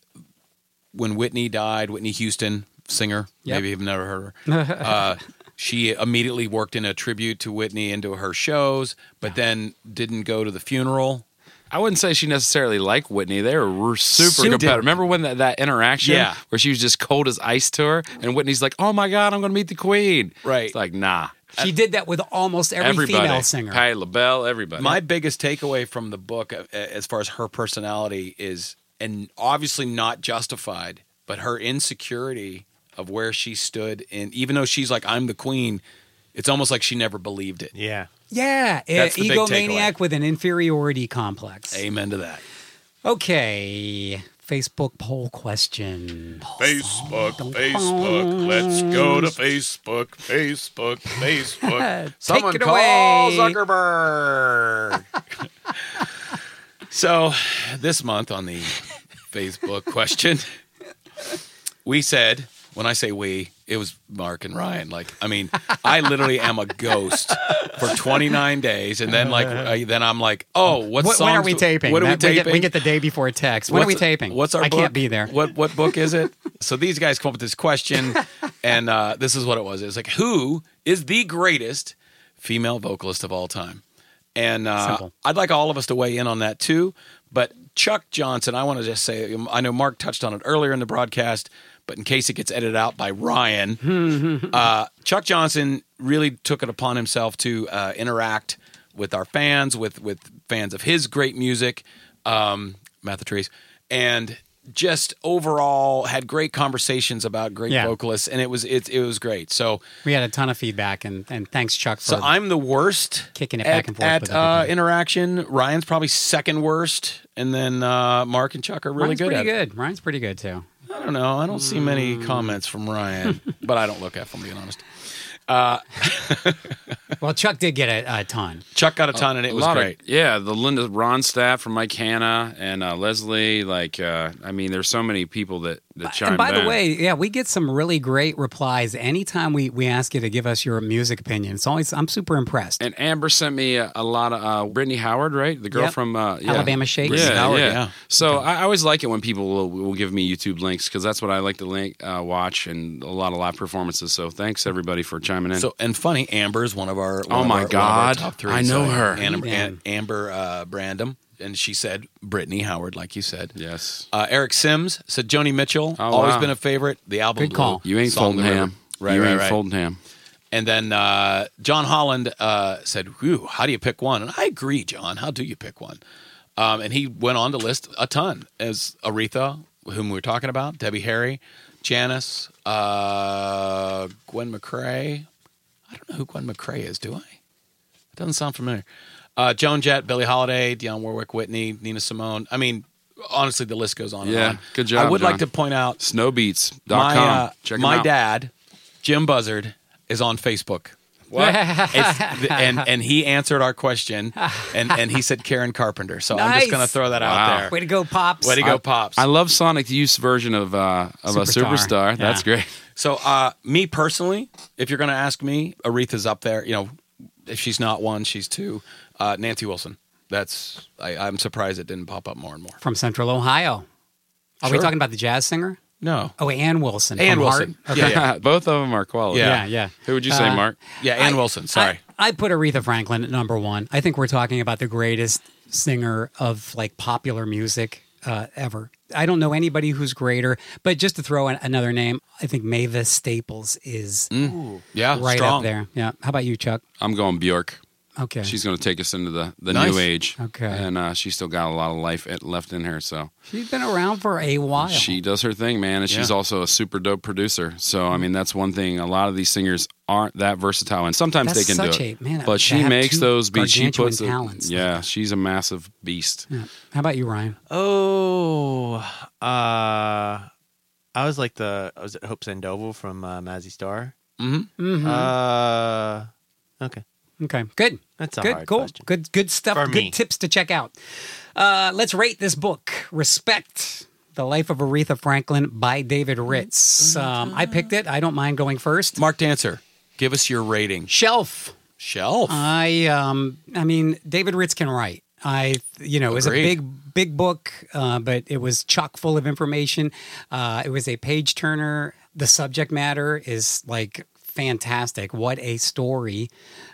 Speaker 3: when Whitney died, Whitney Houston, singer,
Speaker 1: Yep.
Speaker 3: maybe you've never heard of her. uh, she immediately worked in a tribute to Whitney into her shows, but then didn't go to the funeral.
Speaker 2: I wouldn't say she necessarily liked Whitney. They were r- super,
Speaker 3: Super.
Speaker 2: competitive. Remember when that, that interaction
Speaker 3: Yeah.
Speaker 2: where she was just cold as ice to her, and Whitney's like, "Oh my god, I'm going to meet the Queen."
Speaker 3: Right.
Speaker 2: It's like, nah.
Speaker 1: She did that with almost every
Speaker 2: everybody,
Speaker 1: female singer.
Speaker 2: Patti LaBelle, everybody.
Speaker 3: My biggest takeaway from the book, uh, as far as her personality is, and obviously not justified, but her insecurity of where she stood, and even though she's like, "I'm the queen," it's almost like she never believed it.
Speaker 4: yeah.
Speaker 1: yeah, a
Speaker 3: That's the big
Speaker 1: egomaniac
Speaker 3: takeaway.
Speaker 1: with an inferiority complex.
Speaker 3: Amen to that.
Speaker 1: Okay, Facebook poll question.
Speaker 5: Facebook, Facebook, let's go to Facebook, Facebook, Facebook.
Speaker 3: Someone
Speaker 1: it
Speaker 3: call
Speaker 1: away.
Speaker 3: Zuckerberg. so, this month on the Facebook question, we said, when I say we, it was Mark and Ryan. Like, I mean, I literally am a ghost for 29 days, and then like, I, then I'm like, oh,
Speaker 1: What,
Speaker 3: what
Speaker 1: when
Speaker 3: songs
Speaker 1: are we
Speaker 3: do-
Speaker 1: taping?
Speaker 3: What are we
Speaker 1: That-
Speaker 3: taping?
Speaker 1: get, we get the day before text. When are we
Speaker 3: What's-
Speaker 1: taping?
Speaker 3: What's our
Speaker 1: I
Speaker 3: book?
Speaker 1: can't be there.
Speaker 3: What what book is it? so these guys come up with this question, and uh, this is what it was. It was like, who is the greatest female vocalist of all time? And uh,
Speaker 1: Simple.
Speaker 3: I'd like all of us to weigh in on that too. But Chuck Johnson, I want to just say, um, I know Mark touched on it earlier in the broadcast, but in case it gets edited out by Ryan,
Speaker 1: Mm-hmm.
Speaker 3: uh, Chuck Johnson really took it upon himself to uh, interact with our fans, with with fans of his great music, um, Math the Trees, and just overall had great conversations about great
Speaker 1: Yeah.
Speaker 3: vocalists, and it was it it was great. So
Speaker 1: We had a ton of feedback, and, and thanks, Chuck, for
Speaker 3: so I'm the worst
Speaker 1: Kicking it
Speaker 3: at,
Speaker 1: back and forth
Speaker 3: at
Speaker 1: with
Speaker 3: uh,
Speaker 1: everybody.
Speaker 3: interaction. Ryan's probably second worst, and then uh, Mark and Chuck are really
Speaker 1: Ryan's
Speaker 3: good.
Speaker 1: pretty
Speaker 3: at it.
Speaker 1: good. Ryan's pretty good too.
Speaker 3: I don't know. I don't see many
Speaker 1: Hmm.
Speaker 3: comments from Ryan, but I don't look at. If I'm being honest,
Speaker 1: Well, Chuck did get a, a ton.
Speaker 3: Chuck got a ton, and it
Speaker 2: a
Speaker 3: was
Speaker 2: lot
Speaker 3: great.
Speaker 2: of yeah, the Linda Ronstadt from Mike Hanna and uh, Leslie. Like, uh, I mean, there's so many people that that chime
Speaker 1: and by
Speaker 2: back.
Speaker 1: the way, yeah, we get some really great replies anytime we, we ask you to give us your music opinion. It's always I'm super impressed.
Speaker 2: And Amber sent me a, a lot of uh, Brittany Howard, right? The girl
Speaker 1: Yep.
Speaker 2: from uh, yeah.
Speaker 1: Alabama Shakes.
Speaker 2: Yeah,
Speaker 1: Brittany
Speaker 3: Howard,
Speaker 2: yeah.
Speaker 3: yeah.
Speaker 2: So I, I always like it when people will, will give me YouTube links because that's what I like to link, uh, watch and a lot of live performances. So thanks everybody for chiming in.
Speaker 3: So and funny, Amber is one of our. one
Speaker 2: Oh
Speaker 3: of
Speaker 2: my
Speaker 3: our- one of our
Speaker 2: God.
Speaker 3: top three.
Speaker 2: I know
Speaker 3: So,
Speaker 2: her.
Speaker 3: Am-
Speaker 1: Man.
Speaker 3: Am- Amber uh, Brandom, and she said Brittany Howard, like you said.
Speaker 2: yes,
Speaker 3: Uh, Eric Sims said Joni Mitchell,
Speaker 2: Oh,
Speaker 3: always
Speaker 2: wow.
Speaker 3: been a favorite. The album,
Speaker 1: Good
Speaker 3: Blue,
Speaker 1: call.
Speaker 2: you ain't
Speaker 3: Song
Speaker 2: folding
Speaker 3: Delivered.
Speaker 2: ham.
Speaker 3: Right,
Speaker 2: you
Speaker 3: right,
Speaker 2: ain't
Speaker 3: right.
Speaker 2: folding ham.
Speaker 3: And then uh, John Holland uh, said, "Whew, how do you pick one?" And I agree, John. How do you pick one? Um, and he went on to list a ton as Aretha, whom we were talking about, Debbie Harry, Janice, uh, Gwen McCrae. I don't know who Gwen McCrae is, do I? It doesn't sound familiar. Uh, Joan Jett, Billie Holiday, Dionne Warwick Whitney, Nina Simone. I mean, honestly, the list goes on
Speaker 2: Yeah,
Speaker 3: and on.
Speaker 2: good job,
Speaker 3: I would
Speaker 2: John.
Speaker 3: like to point out
Speaker 2: Snowbeats.com.
Speaker 3: my, uh,
Speaker 2: Check 'em
Speaker 3: my
Speaker 2: out.
Speaker 3: dad, Jim Buzzard, is on Facebook. It's- and and he answered our question, and and he said Karen Carpenter. So I'm
Speaker 1: Nice.
Speaker 3: just going to throw that
Speaker 2: Wow.
Speaker 3: out there.
Speaker 1: Way to go, pops. Uh,
Speaker 3: Way to go, pops.
Speaker 2: I love Sonic Youth's version of uh, of a
Speaker 1: Superstar.
Speaker 2: superstar. That's great.
Speaker 3: so uh, me personally, if you're going to ask me, Aretha's up there. You know, if she's not one, she's two. Uh, Nancy Wilson. That's I, I'm surprised it didn't pop up more and more.
Speaker 1: From Central Ohio. Are we
Speaker 3: Sure.
Speaker 1: talking about the jazz singer?
Speaker 3: No.
Speaker 1: Oh, Ann Wilson.
Speaker 3: Ann
Speaker 1: from
Speaker 3: Wilson.
Speaker 1: Heart.
Speaker 3: Yeah,
Speaker 1: Okay.
Speaker 3: yeah,
Speaker 2: Both of them are quality.
Speaker 1: yeah,
Speaker 3: Yeah.
Speaker 1: yeah.
Speaker 2: Who would you say,
Speaker 1: Uh,
Speaker 2: Mark?
Speaker 3: yeah. Ann Wilson. Sorry.
Speaker 1: I, I put Aretha Franklin at number one. I think we're talking about the greatest singer of like popular music uh, ever. I don't know anybody who's greater, but just to throw in another name, I think Mavis Staples is
Speaker 3: yeah.
Speaker 1: right
Speaker 3: Mm. Oh, strong.
Speaker 1: up there. Yeah. How about you, Chuck?
Speaker 2: I'm going Bjork.
Speaker 1: Okay.
Speaker 2: She's going to take us into the, the
Speaker 3: Nice.
Speaker 2: new age.
Speaker 1: Okay.
Speaker 2: And uh, she's still got a lot of life at, left in her. So
Speaker 1: She's been around for a while.
Speaker 2: she does her thing, man. And she's
Speaker 3: Yeah.
Speaker 2: also a super dope producer. So,
Speaker 1: Mm-hmm.
Speaker 2: I mean, that's one thing. A lot of these singers aren't that versatile. And sometimes
Speaker 1: That's
Speaker 2: they can
Speaker 1: such
Speaker 2: do
Speaker 1: a-
Speaker 2: it.
Speaker 1: man,
Speaker 2: but
Speaker 1: to
Speaker 2: she
Speaker 1: have
Speaker 2: makes
Speaker 1: two
Speaker 2: those beats. She
Speaker 1: gargantuan
Speaker 2: puts it-
Speaker 1: talents like
Speaker 2: Yeah.
Speaker 1: that.
Speaker 2: she's a massive beast.
Speaker 1: Yeah. How about you, Ryan?
Speaker 4: Oh, uh, I was like the was it Hope Sandoval from uh, Mazzy Star?
Speaker 3: Mm-hmm.
Speaker 1: Mhm.
Speaker 2: Mm-hmm.
Speaker 4: Uh, okay,
Speaker 1: okay. Good.
Speaker 4: that's a
Speaker 1: good,
Speaker 4: hard
Speaker 1: cool,
Speaker 4: question.
Speaker 1: good, good stuff.
Speaker 4: For
Speaker 1: good
Speaker 4: me.
Speaker 1: tips to check out. Uh, let's rate this book, "Respect: The Life of Aretha Franklin" by David Ritz. Um, I picked it. I don't mind going first.
Speaker 3: Mark Dancer, give us your rating.
Speaker 1: Shelf.
Speaker 3: Shelf.
Speaker 1: I, um, I mean, David Ritz can write. I, you know, it was a
Speaker 3: Agreed.
Speaker 1: big, big book, uh, but it was chock full of information. Uh, it was a page turner. The subject matter is like fantastic. What a story!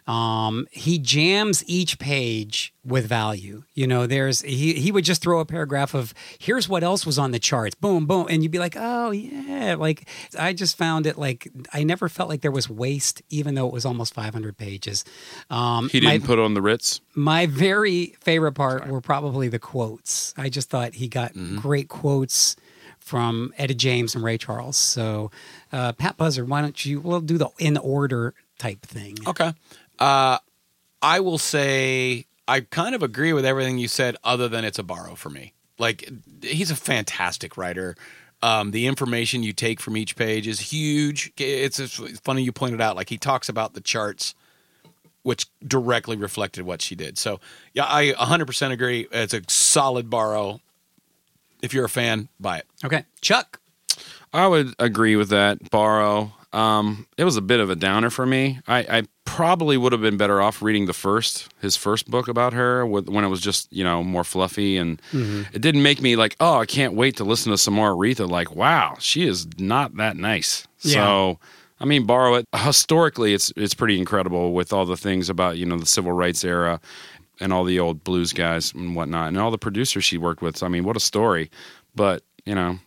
Speaker 1: um, he jams each page with value. You know, there's he he would just throw a paragraph of here's what else was on the charts, boom, boom, and you'd be like, oh yeah, like I just found it like I never felt like there was waste, even though it was almost 500 pages. Um,
Speaker 2: He
Speaker 1: my-
Speaker 2: didn't put on the Ritz.
Speaker 1: my very favorite part were probably the quotes. I just thought he got
Speaker 4: Mm-hmm.
Speaker 1: great quotes from Etta James and Ray Charles. So, uh, Pat Buzzard, why don't you? We'll do the in order type thing.
Speaker 4: Oh.
Speaker 3: Okay. Uh, I will say I kind of agree with everything you said, other than it's a borrow for me. Like he's a fantastic writer. Um, the information you take from each page is huge. It's, it's funny you pointed out. Like he talks about the charts, which directly reflected what she did. So yeah, I 100% agree. It's a solid borrow. If you're a fan, buy it.
Speaker 1: Okay, Chuck.
Speaker 2: I would agree with that. Borrow. Um, it was a bit of a downer for me. I, I probably would have been better off reading the first, his first book about her, with, when it was just you know more fluffy, and it didn't make me like, oh, I can't wait to listen to some more Aretha. Like, wow, she is not that nice. So, I mean, borrow it. Historically, it's it's pretty incredible with all the things about you know the civil rights era, and all the old blues guys and whatnot, and all the producers she worked with. I mean, what a story. But you know,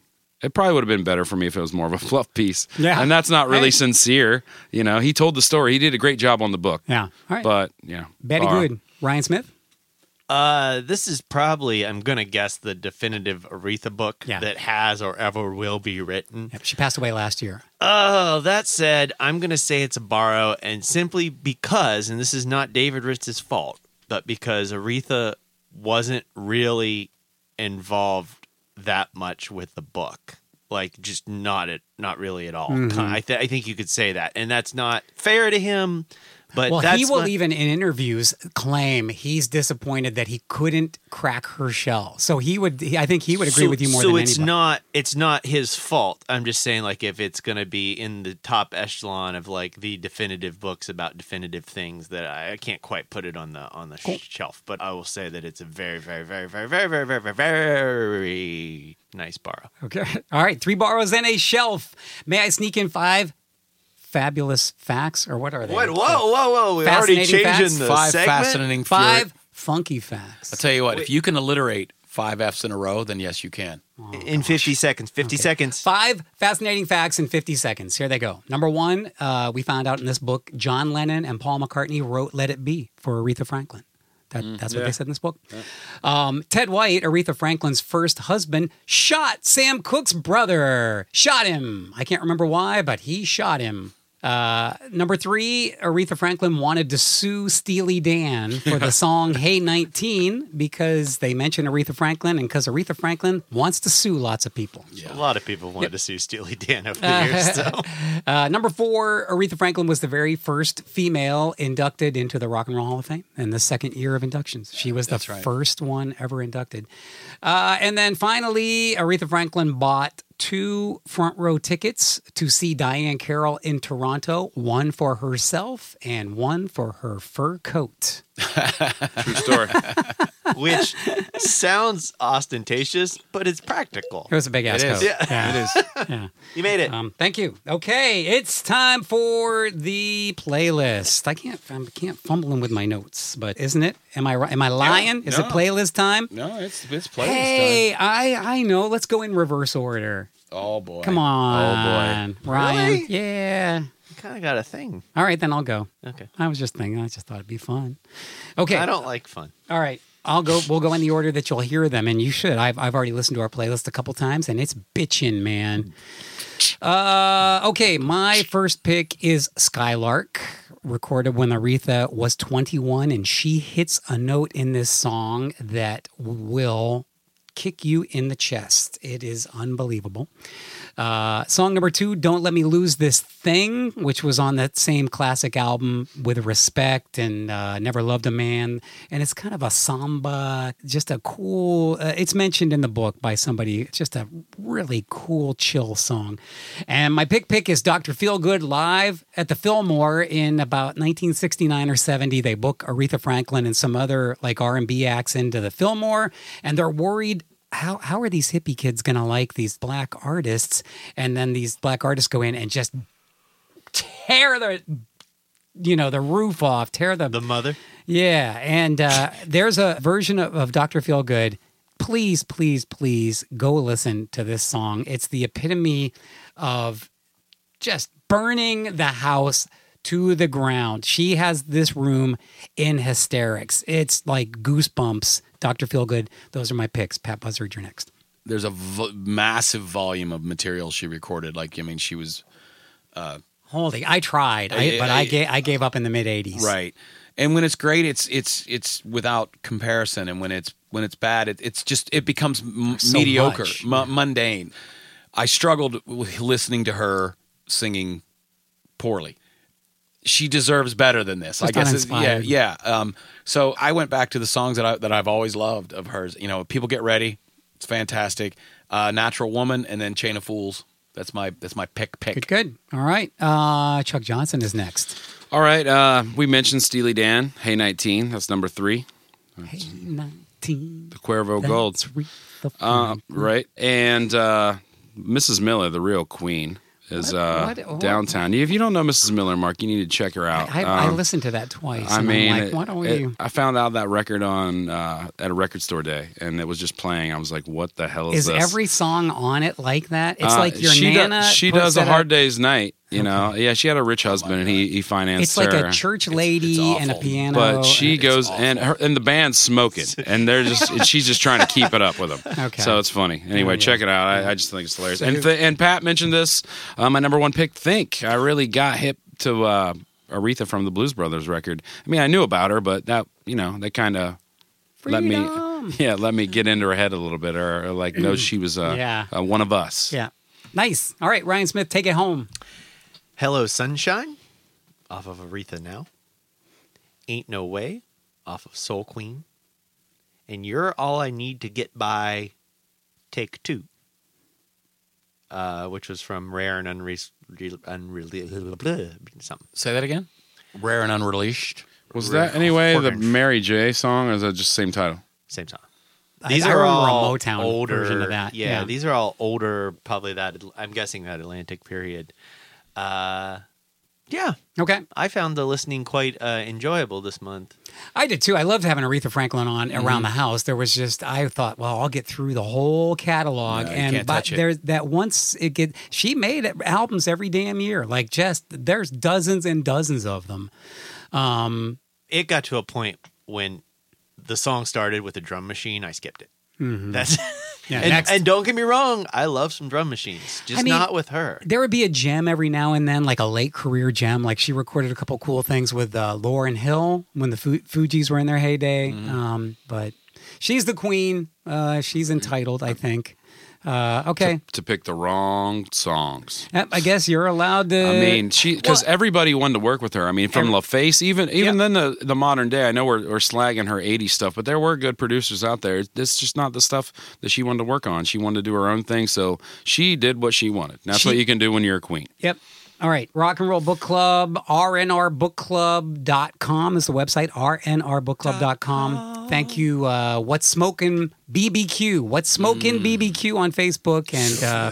Speaker 2: it probably would have been better for me if it was more of a fluff piece.
Speaker 1: Yeah.
Speaker 2: and that's not really
Speaker 1: Hey.
Speaker 2: sincere. You know, he told the story. He did a great job on the book.
Speaker 1: Yeah. All right.
Speaker 2: but yeah,
Speaker 1: Betty
Speaker 2: Barra.
Speaker 1: Good. Ryan Smith.
Speaker 4: Uh, this is probably I'm gonna guess the definitive Aretha book
Speaker 1: Yeah.
Speaker 4: that has or ever will be written.
Speaker 1: Yep, she passed away last year.
Speaker 4: Oh, that said, I'm going to say it's a borrow, and simply because, and this is not David Ritz's fault, but because Aretha wasn't really involved that much with the book, like just not at, not really at all.
Speaker 1: Mm-hmm.
Speaker 4: I, th- I think you could say that, and that's not fair to him. But
Speaker 1: Well,
Speaker 4: that's
Speaker 1: he will
Speaker 4: my-
Speaker 1: even in interviews claim he's disappointed that he couldn't crack her shell. So he would, he, I think he would agree
Speaker 4: so,
Speaker 1: with you more
Speaker 4: so
Speaker 1: than
Speaker 4: it's
Speaker 1: anybody.
Speaker 4: not it's not his fault. I'm just saying like if it's gonna be in the top echelon of like the definitive books about definitive things that I, I can't quite put it on the on the sh- shelf, but I will say that it's a very very very very very very very very very nice borrow.
Speaker 1: okay. All right. Three borrows and a shelf. May I sneak in five fabulous facts or what are they?
Speaker 4: What? Whoa! Whoa! Whoa! We're already
Speaker 1: Fascinating
Speaker 4: changing
Speaker 1: facts.
Speaker 4: the
Speaker 3: Five
Speaker 4: segment.
Speaker 3: fascinating furi-
Speaker 1: Five funky facts.
Speaker 3: I'll tell you what. If you can alliterate five F's in a row, then yes, you can.
Speaker 4: in 50 seconds. 50 seconds.
Speaker 1: Five fascinating facts in 50 seconds. Here they go. Number one, uh, we found out in this book John Lennon and Paul McCartney wrote Let It Be for Aretha Franklin. That, that's what they said in this book. Um, Ted White, Aretha Franklin's first husband, shot Sam Cooke's brother. Shot him. I can't remember why, but he shot him. Uh, number three, Aretha Franklin wanted to sue Steely Dan for the song Hey 19 because they mentioned Aretha Franklin and because Aretha Franklin wants to sue lots of people.
Speaker 4: A lot of people wanted to see Steely Dan over the years, so
Speaker 1: Uh, number four, Aretha Franklin was the very first female inducted into the Rock and Roll Hall of Fame in the second year of inductions. She was the first one ever inducted. Uh, and then finally, Aretha Franklin bought two front row tickets to see Diane Carroll in Toronto one for herself and one for her fur coat.
Speaker 2: True story.
Speaker 4: which sounds ostentatious, but it's practical.
Speaker 1: It was a big ass
Speaker 2: It
Speaker 1: coat.
Speaker 2: is.
Speaker 1: Yeah.
Speaker 2: It is.
Speaker 4: You made it.
Speaker 1: Um, thank you. Okay, it's time for the playlist. I can't I can't fumble in with my notes, but isn't it? Am I ri- am I lying? Is it
Speaker 2: no.
Speaker 1: playlist time?
Speaker 2: No, it's it's playlist
Speaker 1: hey, I I know. Let's go in reverse order.
Speaker 2: time. Oh boy.
Speaker 1: Come on.
Speaker 2: Oh,
Speaker 1: boy. Ryan.
Speaker 4: Really?
Speaker 1: Yeah.
Speaker 4: You kind of got a thing.
Speaker 1: All right, then I'll go.
Speaker 4: Okay.
Speaker 1: I was just thinking, I just thought it'd be fun. Okay.
Speaker 4: I don't like fun.
Speaker 1: All right. I'll go. We'll go in the order that you'll hear them, and you should. I've I've already listened to our playlist a couple times, and it's bitchin', man. Uh, okay, my first pick is Skylark, recorded when Aretha was 21, and she hits a note in this song that will kick you in the chest. It is unbelievable. Uh, song number two, Don't Let Me Lose This Thing, which was on that same classic album with Respect and uh, Never Loved a Man. And it's kind of a samba, just a cool, uh, it's mentioned in the book by somebody. It's just a really cool, chill song. And my pick pick is Dr. Feelgood live at the Fillmore in about 1969 or 70. They book Aretha Franklin and some other like R&B acts into the Fillmore. And they're worried how how are these hippie kids gonna like these black artists? And then these black artists go in and just tear the you know the roof off, tear the,
Speaker 4: The mother.
Speaker 1: yeah. And uh, there's a version of, of Doctor Feelgood. Please, please, please go listen to this song. It's the epitome of just burning the house to the ground. She has this room in hysterics. It's like goosebumps. Dr. Feelgood, those are my picks. Pat Buzzard, you're next.
Speaker 3: There's a vo- massive volume of material she recorded. Like, I mean, she was
Speaker 1: Holy, I tried, I,
Speaker 3: I-
Speaker 1: but I,
Speaker 3: I-
Speaker 1: gave, I gave up in the mid 80s.
Speaker 3: right. And when it's great, it's it's it's without comparison. And when it's when it's bad, it, it's just it becomes m-
Speaker 1: So
Speaker 3: mediocre,
Speaker 1: much.
Speaker 3: mu- mundane. I struggled with listening to her singing poorly. She deserves better than this. I
Speaker 1: Just
Speaker 3: guess. it's-
Speaker 1: uninspired.
Speaker 3: Yeah, yeah. Um, so I went back to the songs that I that I've always loved of hers. You know, people get ready. It's fantastic. Uh, Natural woman, and then Chain of Fools. That's my that's my pick pick.
Speaker 1: Good, good. All right. Uh, Chuck Johnson is next.
Speaker 2: All right. Uh, we mentioned Steely Dan. Hey, nineteen. That's number three.
Speaker 1: Hey, 19.
Speaker 2: The Cuervo Gold.
Speaker 1: That's re- the
Speaker 2: Uh,
Speaker 1: fun.
Speaker 2: right. And uh, Mrs. Miller, the real queen, is uh,
Speaker 1: What- what-
Speaker 2: downtown. If you don't know Mrs. Miller, Mark, you need to check her out.
Speaker 1: I, I
Speaker 2: Um,
Speaker 1: listened to that twice.
Speaker 2: I
Speaker 1: and
Speaker 2: mean,
Speaker 1: I'm like,
Speaker 2: it-
Speaker 1: why don't
Speaker 2: it-
Speaker 1: we?
Speaker 2: I found out that record on uh, at a record store day, and it was just playing. I was like, "What the hell is,
Speaker 1: Is
Speaker 2: this?"
Speaker 1: every song on it like that? It's
Speaker 2: Uh,
Speaker 1: like your
Speaker 2: she
Speaker 1: nana.
Speaker 2: Does, she
Speaker 1: puts
Speaker 2: does a
Speaker 1: it up-
Speaker 2: hard day's night. You know, yeah. She had a rich husband, and he he financed
Speaker 1: It's like
Speaker 2: her.
Speaker 1: a church lady and a
Speaker 3: awful.
Speaker 1: piano.
Speaker 2: but she
Speaker 1: and-
Speaker 2: goes and her, and the band's smoking, and they're just and she's just trying to keep it up with them.
Speaker 1: Okay.
Speaker 2: so it's funny. Anyway,
Speaker 1: Yeah, yeah.
Speaker 2: check it out. I, I just think it's hilarious. and th- and Pat mentioned this. Uh, my number one pick, Think. I really got hip to uh, Aretha from the Blues Brothers record. I mean, I knew about her, but that you know that kind of let me
Speaker 1: Freedom.
Speaker 2: yeah let me get into her head a little bit, or, or like no, she was uh,
Speaker 1: Yeah.
Speaker 2: uh, one of us.
Speaker 1: Yeah. Nice. All right, Ryan Smith, take it home.
Speaker 4: Hello, Sunshine, off of Aretha Now. Ain't No Way, off of Soul Queen. And You're All I Need to Get By, Take Two, uh, which was from Rare and Unreleased. Unre- something.
Speaker 3: Say that again. Rare and unreleashed.
Speaker 2: Was that anyway the
Speaker 4: Orange.
Speaker 2: Mary J song, or is that just same title?
Speaker 4: Same song.
Speaker 1: I-
Speaker 4: These
Speaker 1: I
Speaker 4: are
Speaker 1: remember a
Speaker 4: all
Speaker 1: Motown
Speaker 4: older,
Speaker 1: version of that.
Speaker 4: Yeah,
Speaker 1: Yeah.
Speaker 4: these are all older. Probably that. I'm guessing that Atlantic period. Uh, yeah,
Speaker 1: Okay.
Speaker 4: I found the listening quite uh, enjoyable this month.
Speaker 1: I did too. I loved having Aretha Franklin on
Speaker 3: Mm-hmm.
Speaker 1: around the house. There was just I thought, well, I'll get through the whole catalog,
Speaker 3: No, you
Speaker 1: and
Speaker 3: can't
Speaker 1: but
Speaker 3: touch it.
Speaker 1: there's that once it get she made albums every damn year. Like just there's dozens and dozens of them. Um,
Speaker 4: It got to a point when the song started with a drum machine, I skipped it.
Speaker 1: Mhm.
Speaker 4: That's
Speaker 1: Yeah,
Speaker 4: and,
Speaker 1: next.
Speaker 4: and don't get me wrong, I love some drum machines, just
Speaker 1: I mean-
Speaker 4: not with her.
Speaker 1: there would be a gem every now and then, like a late career gem. Like she recorded a couple cool things with uh, Lauren Hill when the Fu- Fugees were in their heyday.
Speaker 3: Mm-hmm.
Speaker 1: Um, but she's the queen. Uh, she's entitled, I think. Uh, okay,
Speaker 2: to pick the wrong songs.
Speaker 1: Yep, I guess you're allowed to.
Speaker 2: I mean, she because
Speaker 1: well-
Speaker 2: everybody wanted to work with her. I mean, from LaFace, even even
Speaker 1: Yeah.
Speaker 2: then the the modern day. I know we're, we're slagging her '80s stuff, but there were good producers out there. It's just not the stuff that she wanted to work on. She wanted to do her own thing, so she did what she wanted. And that's
Speaker 1: She-
Speaker 2: what you can do when you're a queen.
Speaker 1: Yep. All right. Rock and Roll Book Club, rnrbookclub.com is the website, rnrbookclub.com. Thank you. Uh, What's Smoking BBQ? What's
Speaker 3: Mm.
Speaker 1: Smoking BBQ on Facebook? And uh,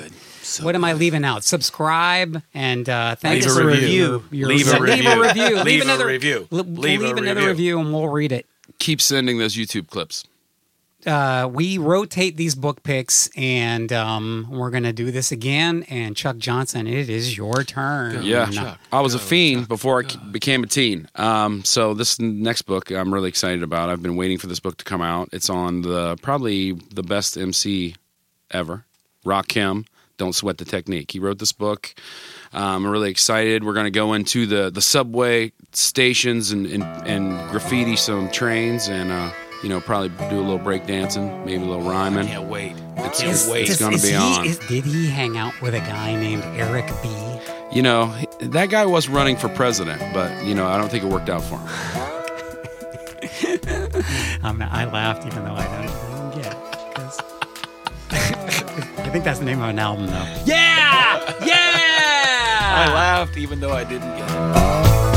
Speaker 1: what am I leaving out? Subscribe and uh, thanks
Speaker 3: Leave a
Speaker 1: for
Speaker 3: review.
Speaker 1: your-
Speaker 3: Leave a
Speaker 1: leave a
Speaker 3: review.
Speaker 1: review.
Speaker 3: Leave a
Speaker 1: another
Speaker 3: review.
Speaker 1: li-
Speaker 3: Leave a
Speaker 1: leave another
Speaker 3: review.
Speaker 1: review and we'll read it.
Speaker 2: Keep sending those YouTube clips.
Speaker 1: Uh, we rotate these book picks, and um, we're gonna do this again. And Chuck Johnson, it is your turn.
Speaker 2: Yeah, I was a fiend before I c- became a teen. Um, so this n- next book I'm really excited about. I've been waiting for this book to come out. It's on the probably the best MC ever, Rock Kim. Don't sweat the technique. He wrote this book. Um, I'm really excited. We're going to go into the the subway stations and and, and graffiti some trains and. Uh, you know, probably do a little break dancing, maybe a little rhyming.
Speaker 3: Can't wait.
Speaker 2: It's-
Speaker 3: Can't
Speaker 2: it's-
Speaker 3: wait.
Speaker 2: it's gonna
Speaker 1: is
Speaker 2: be
Speaker 1: he-
Speaker 2: on.
Speaker 1: is- did he hang out with a guy named Eric B?
Speaker 2: You know, that guy was running for president, but you know, I don't think it worked out for him.
Speaker 1: I'm not, Um, I laughed even though I don't even get it. 'cause- I think that's the name of an album, though.
Speaker 3: I laughed even though I didn't get it.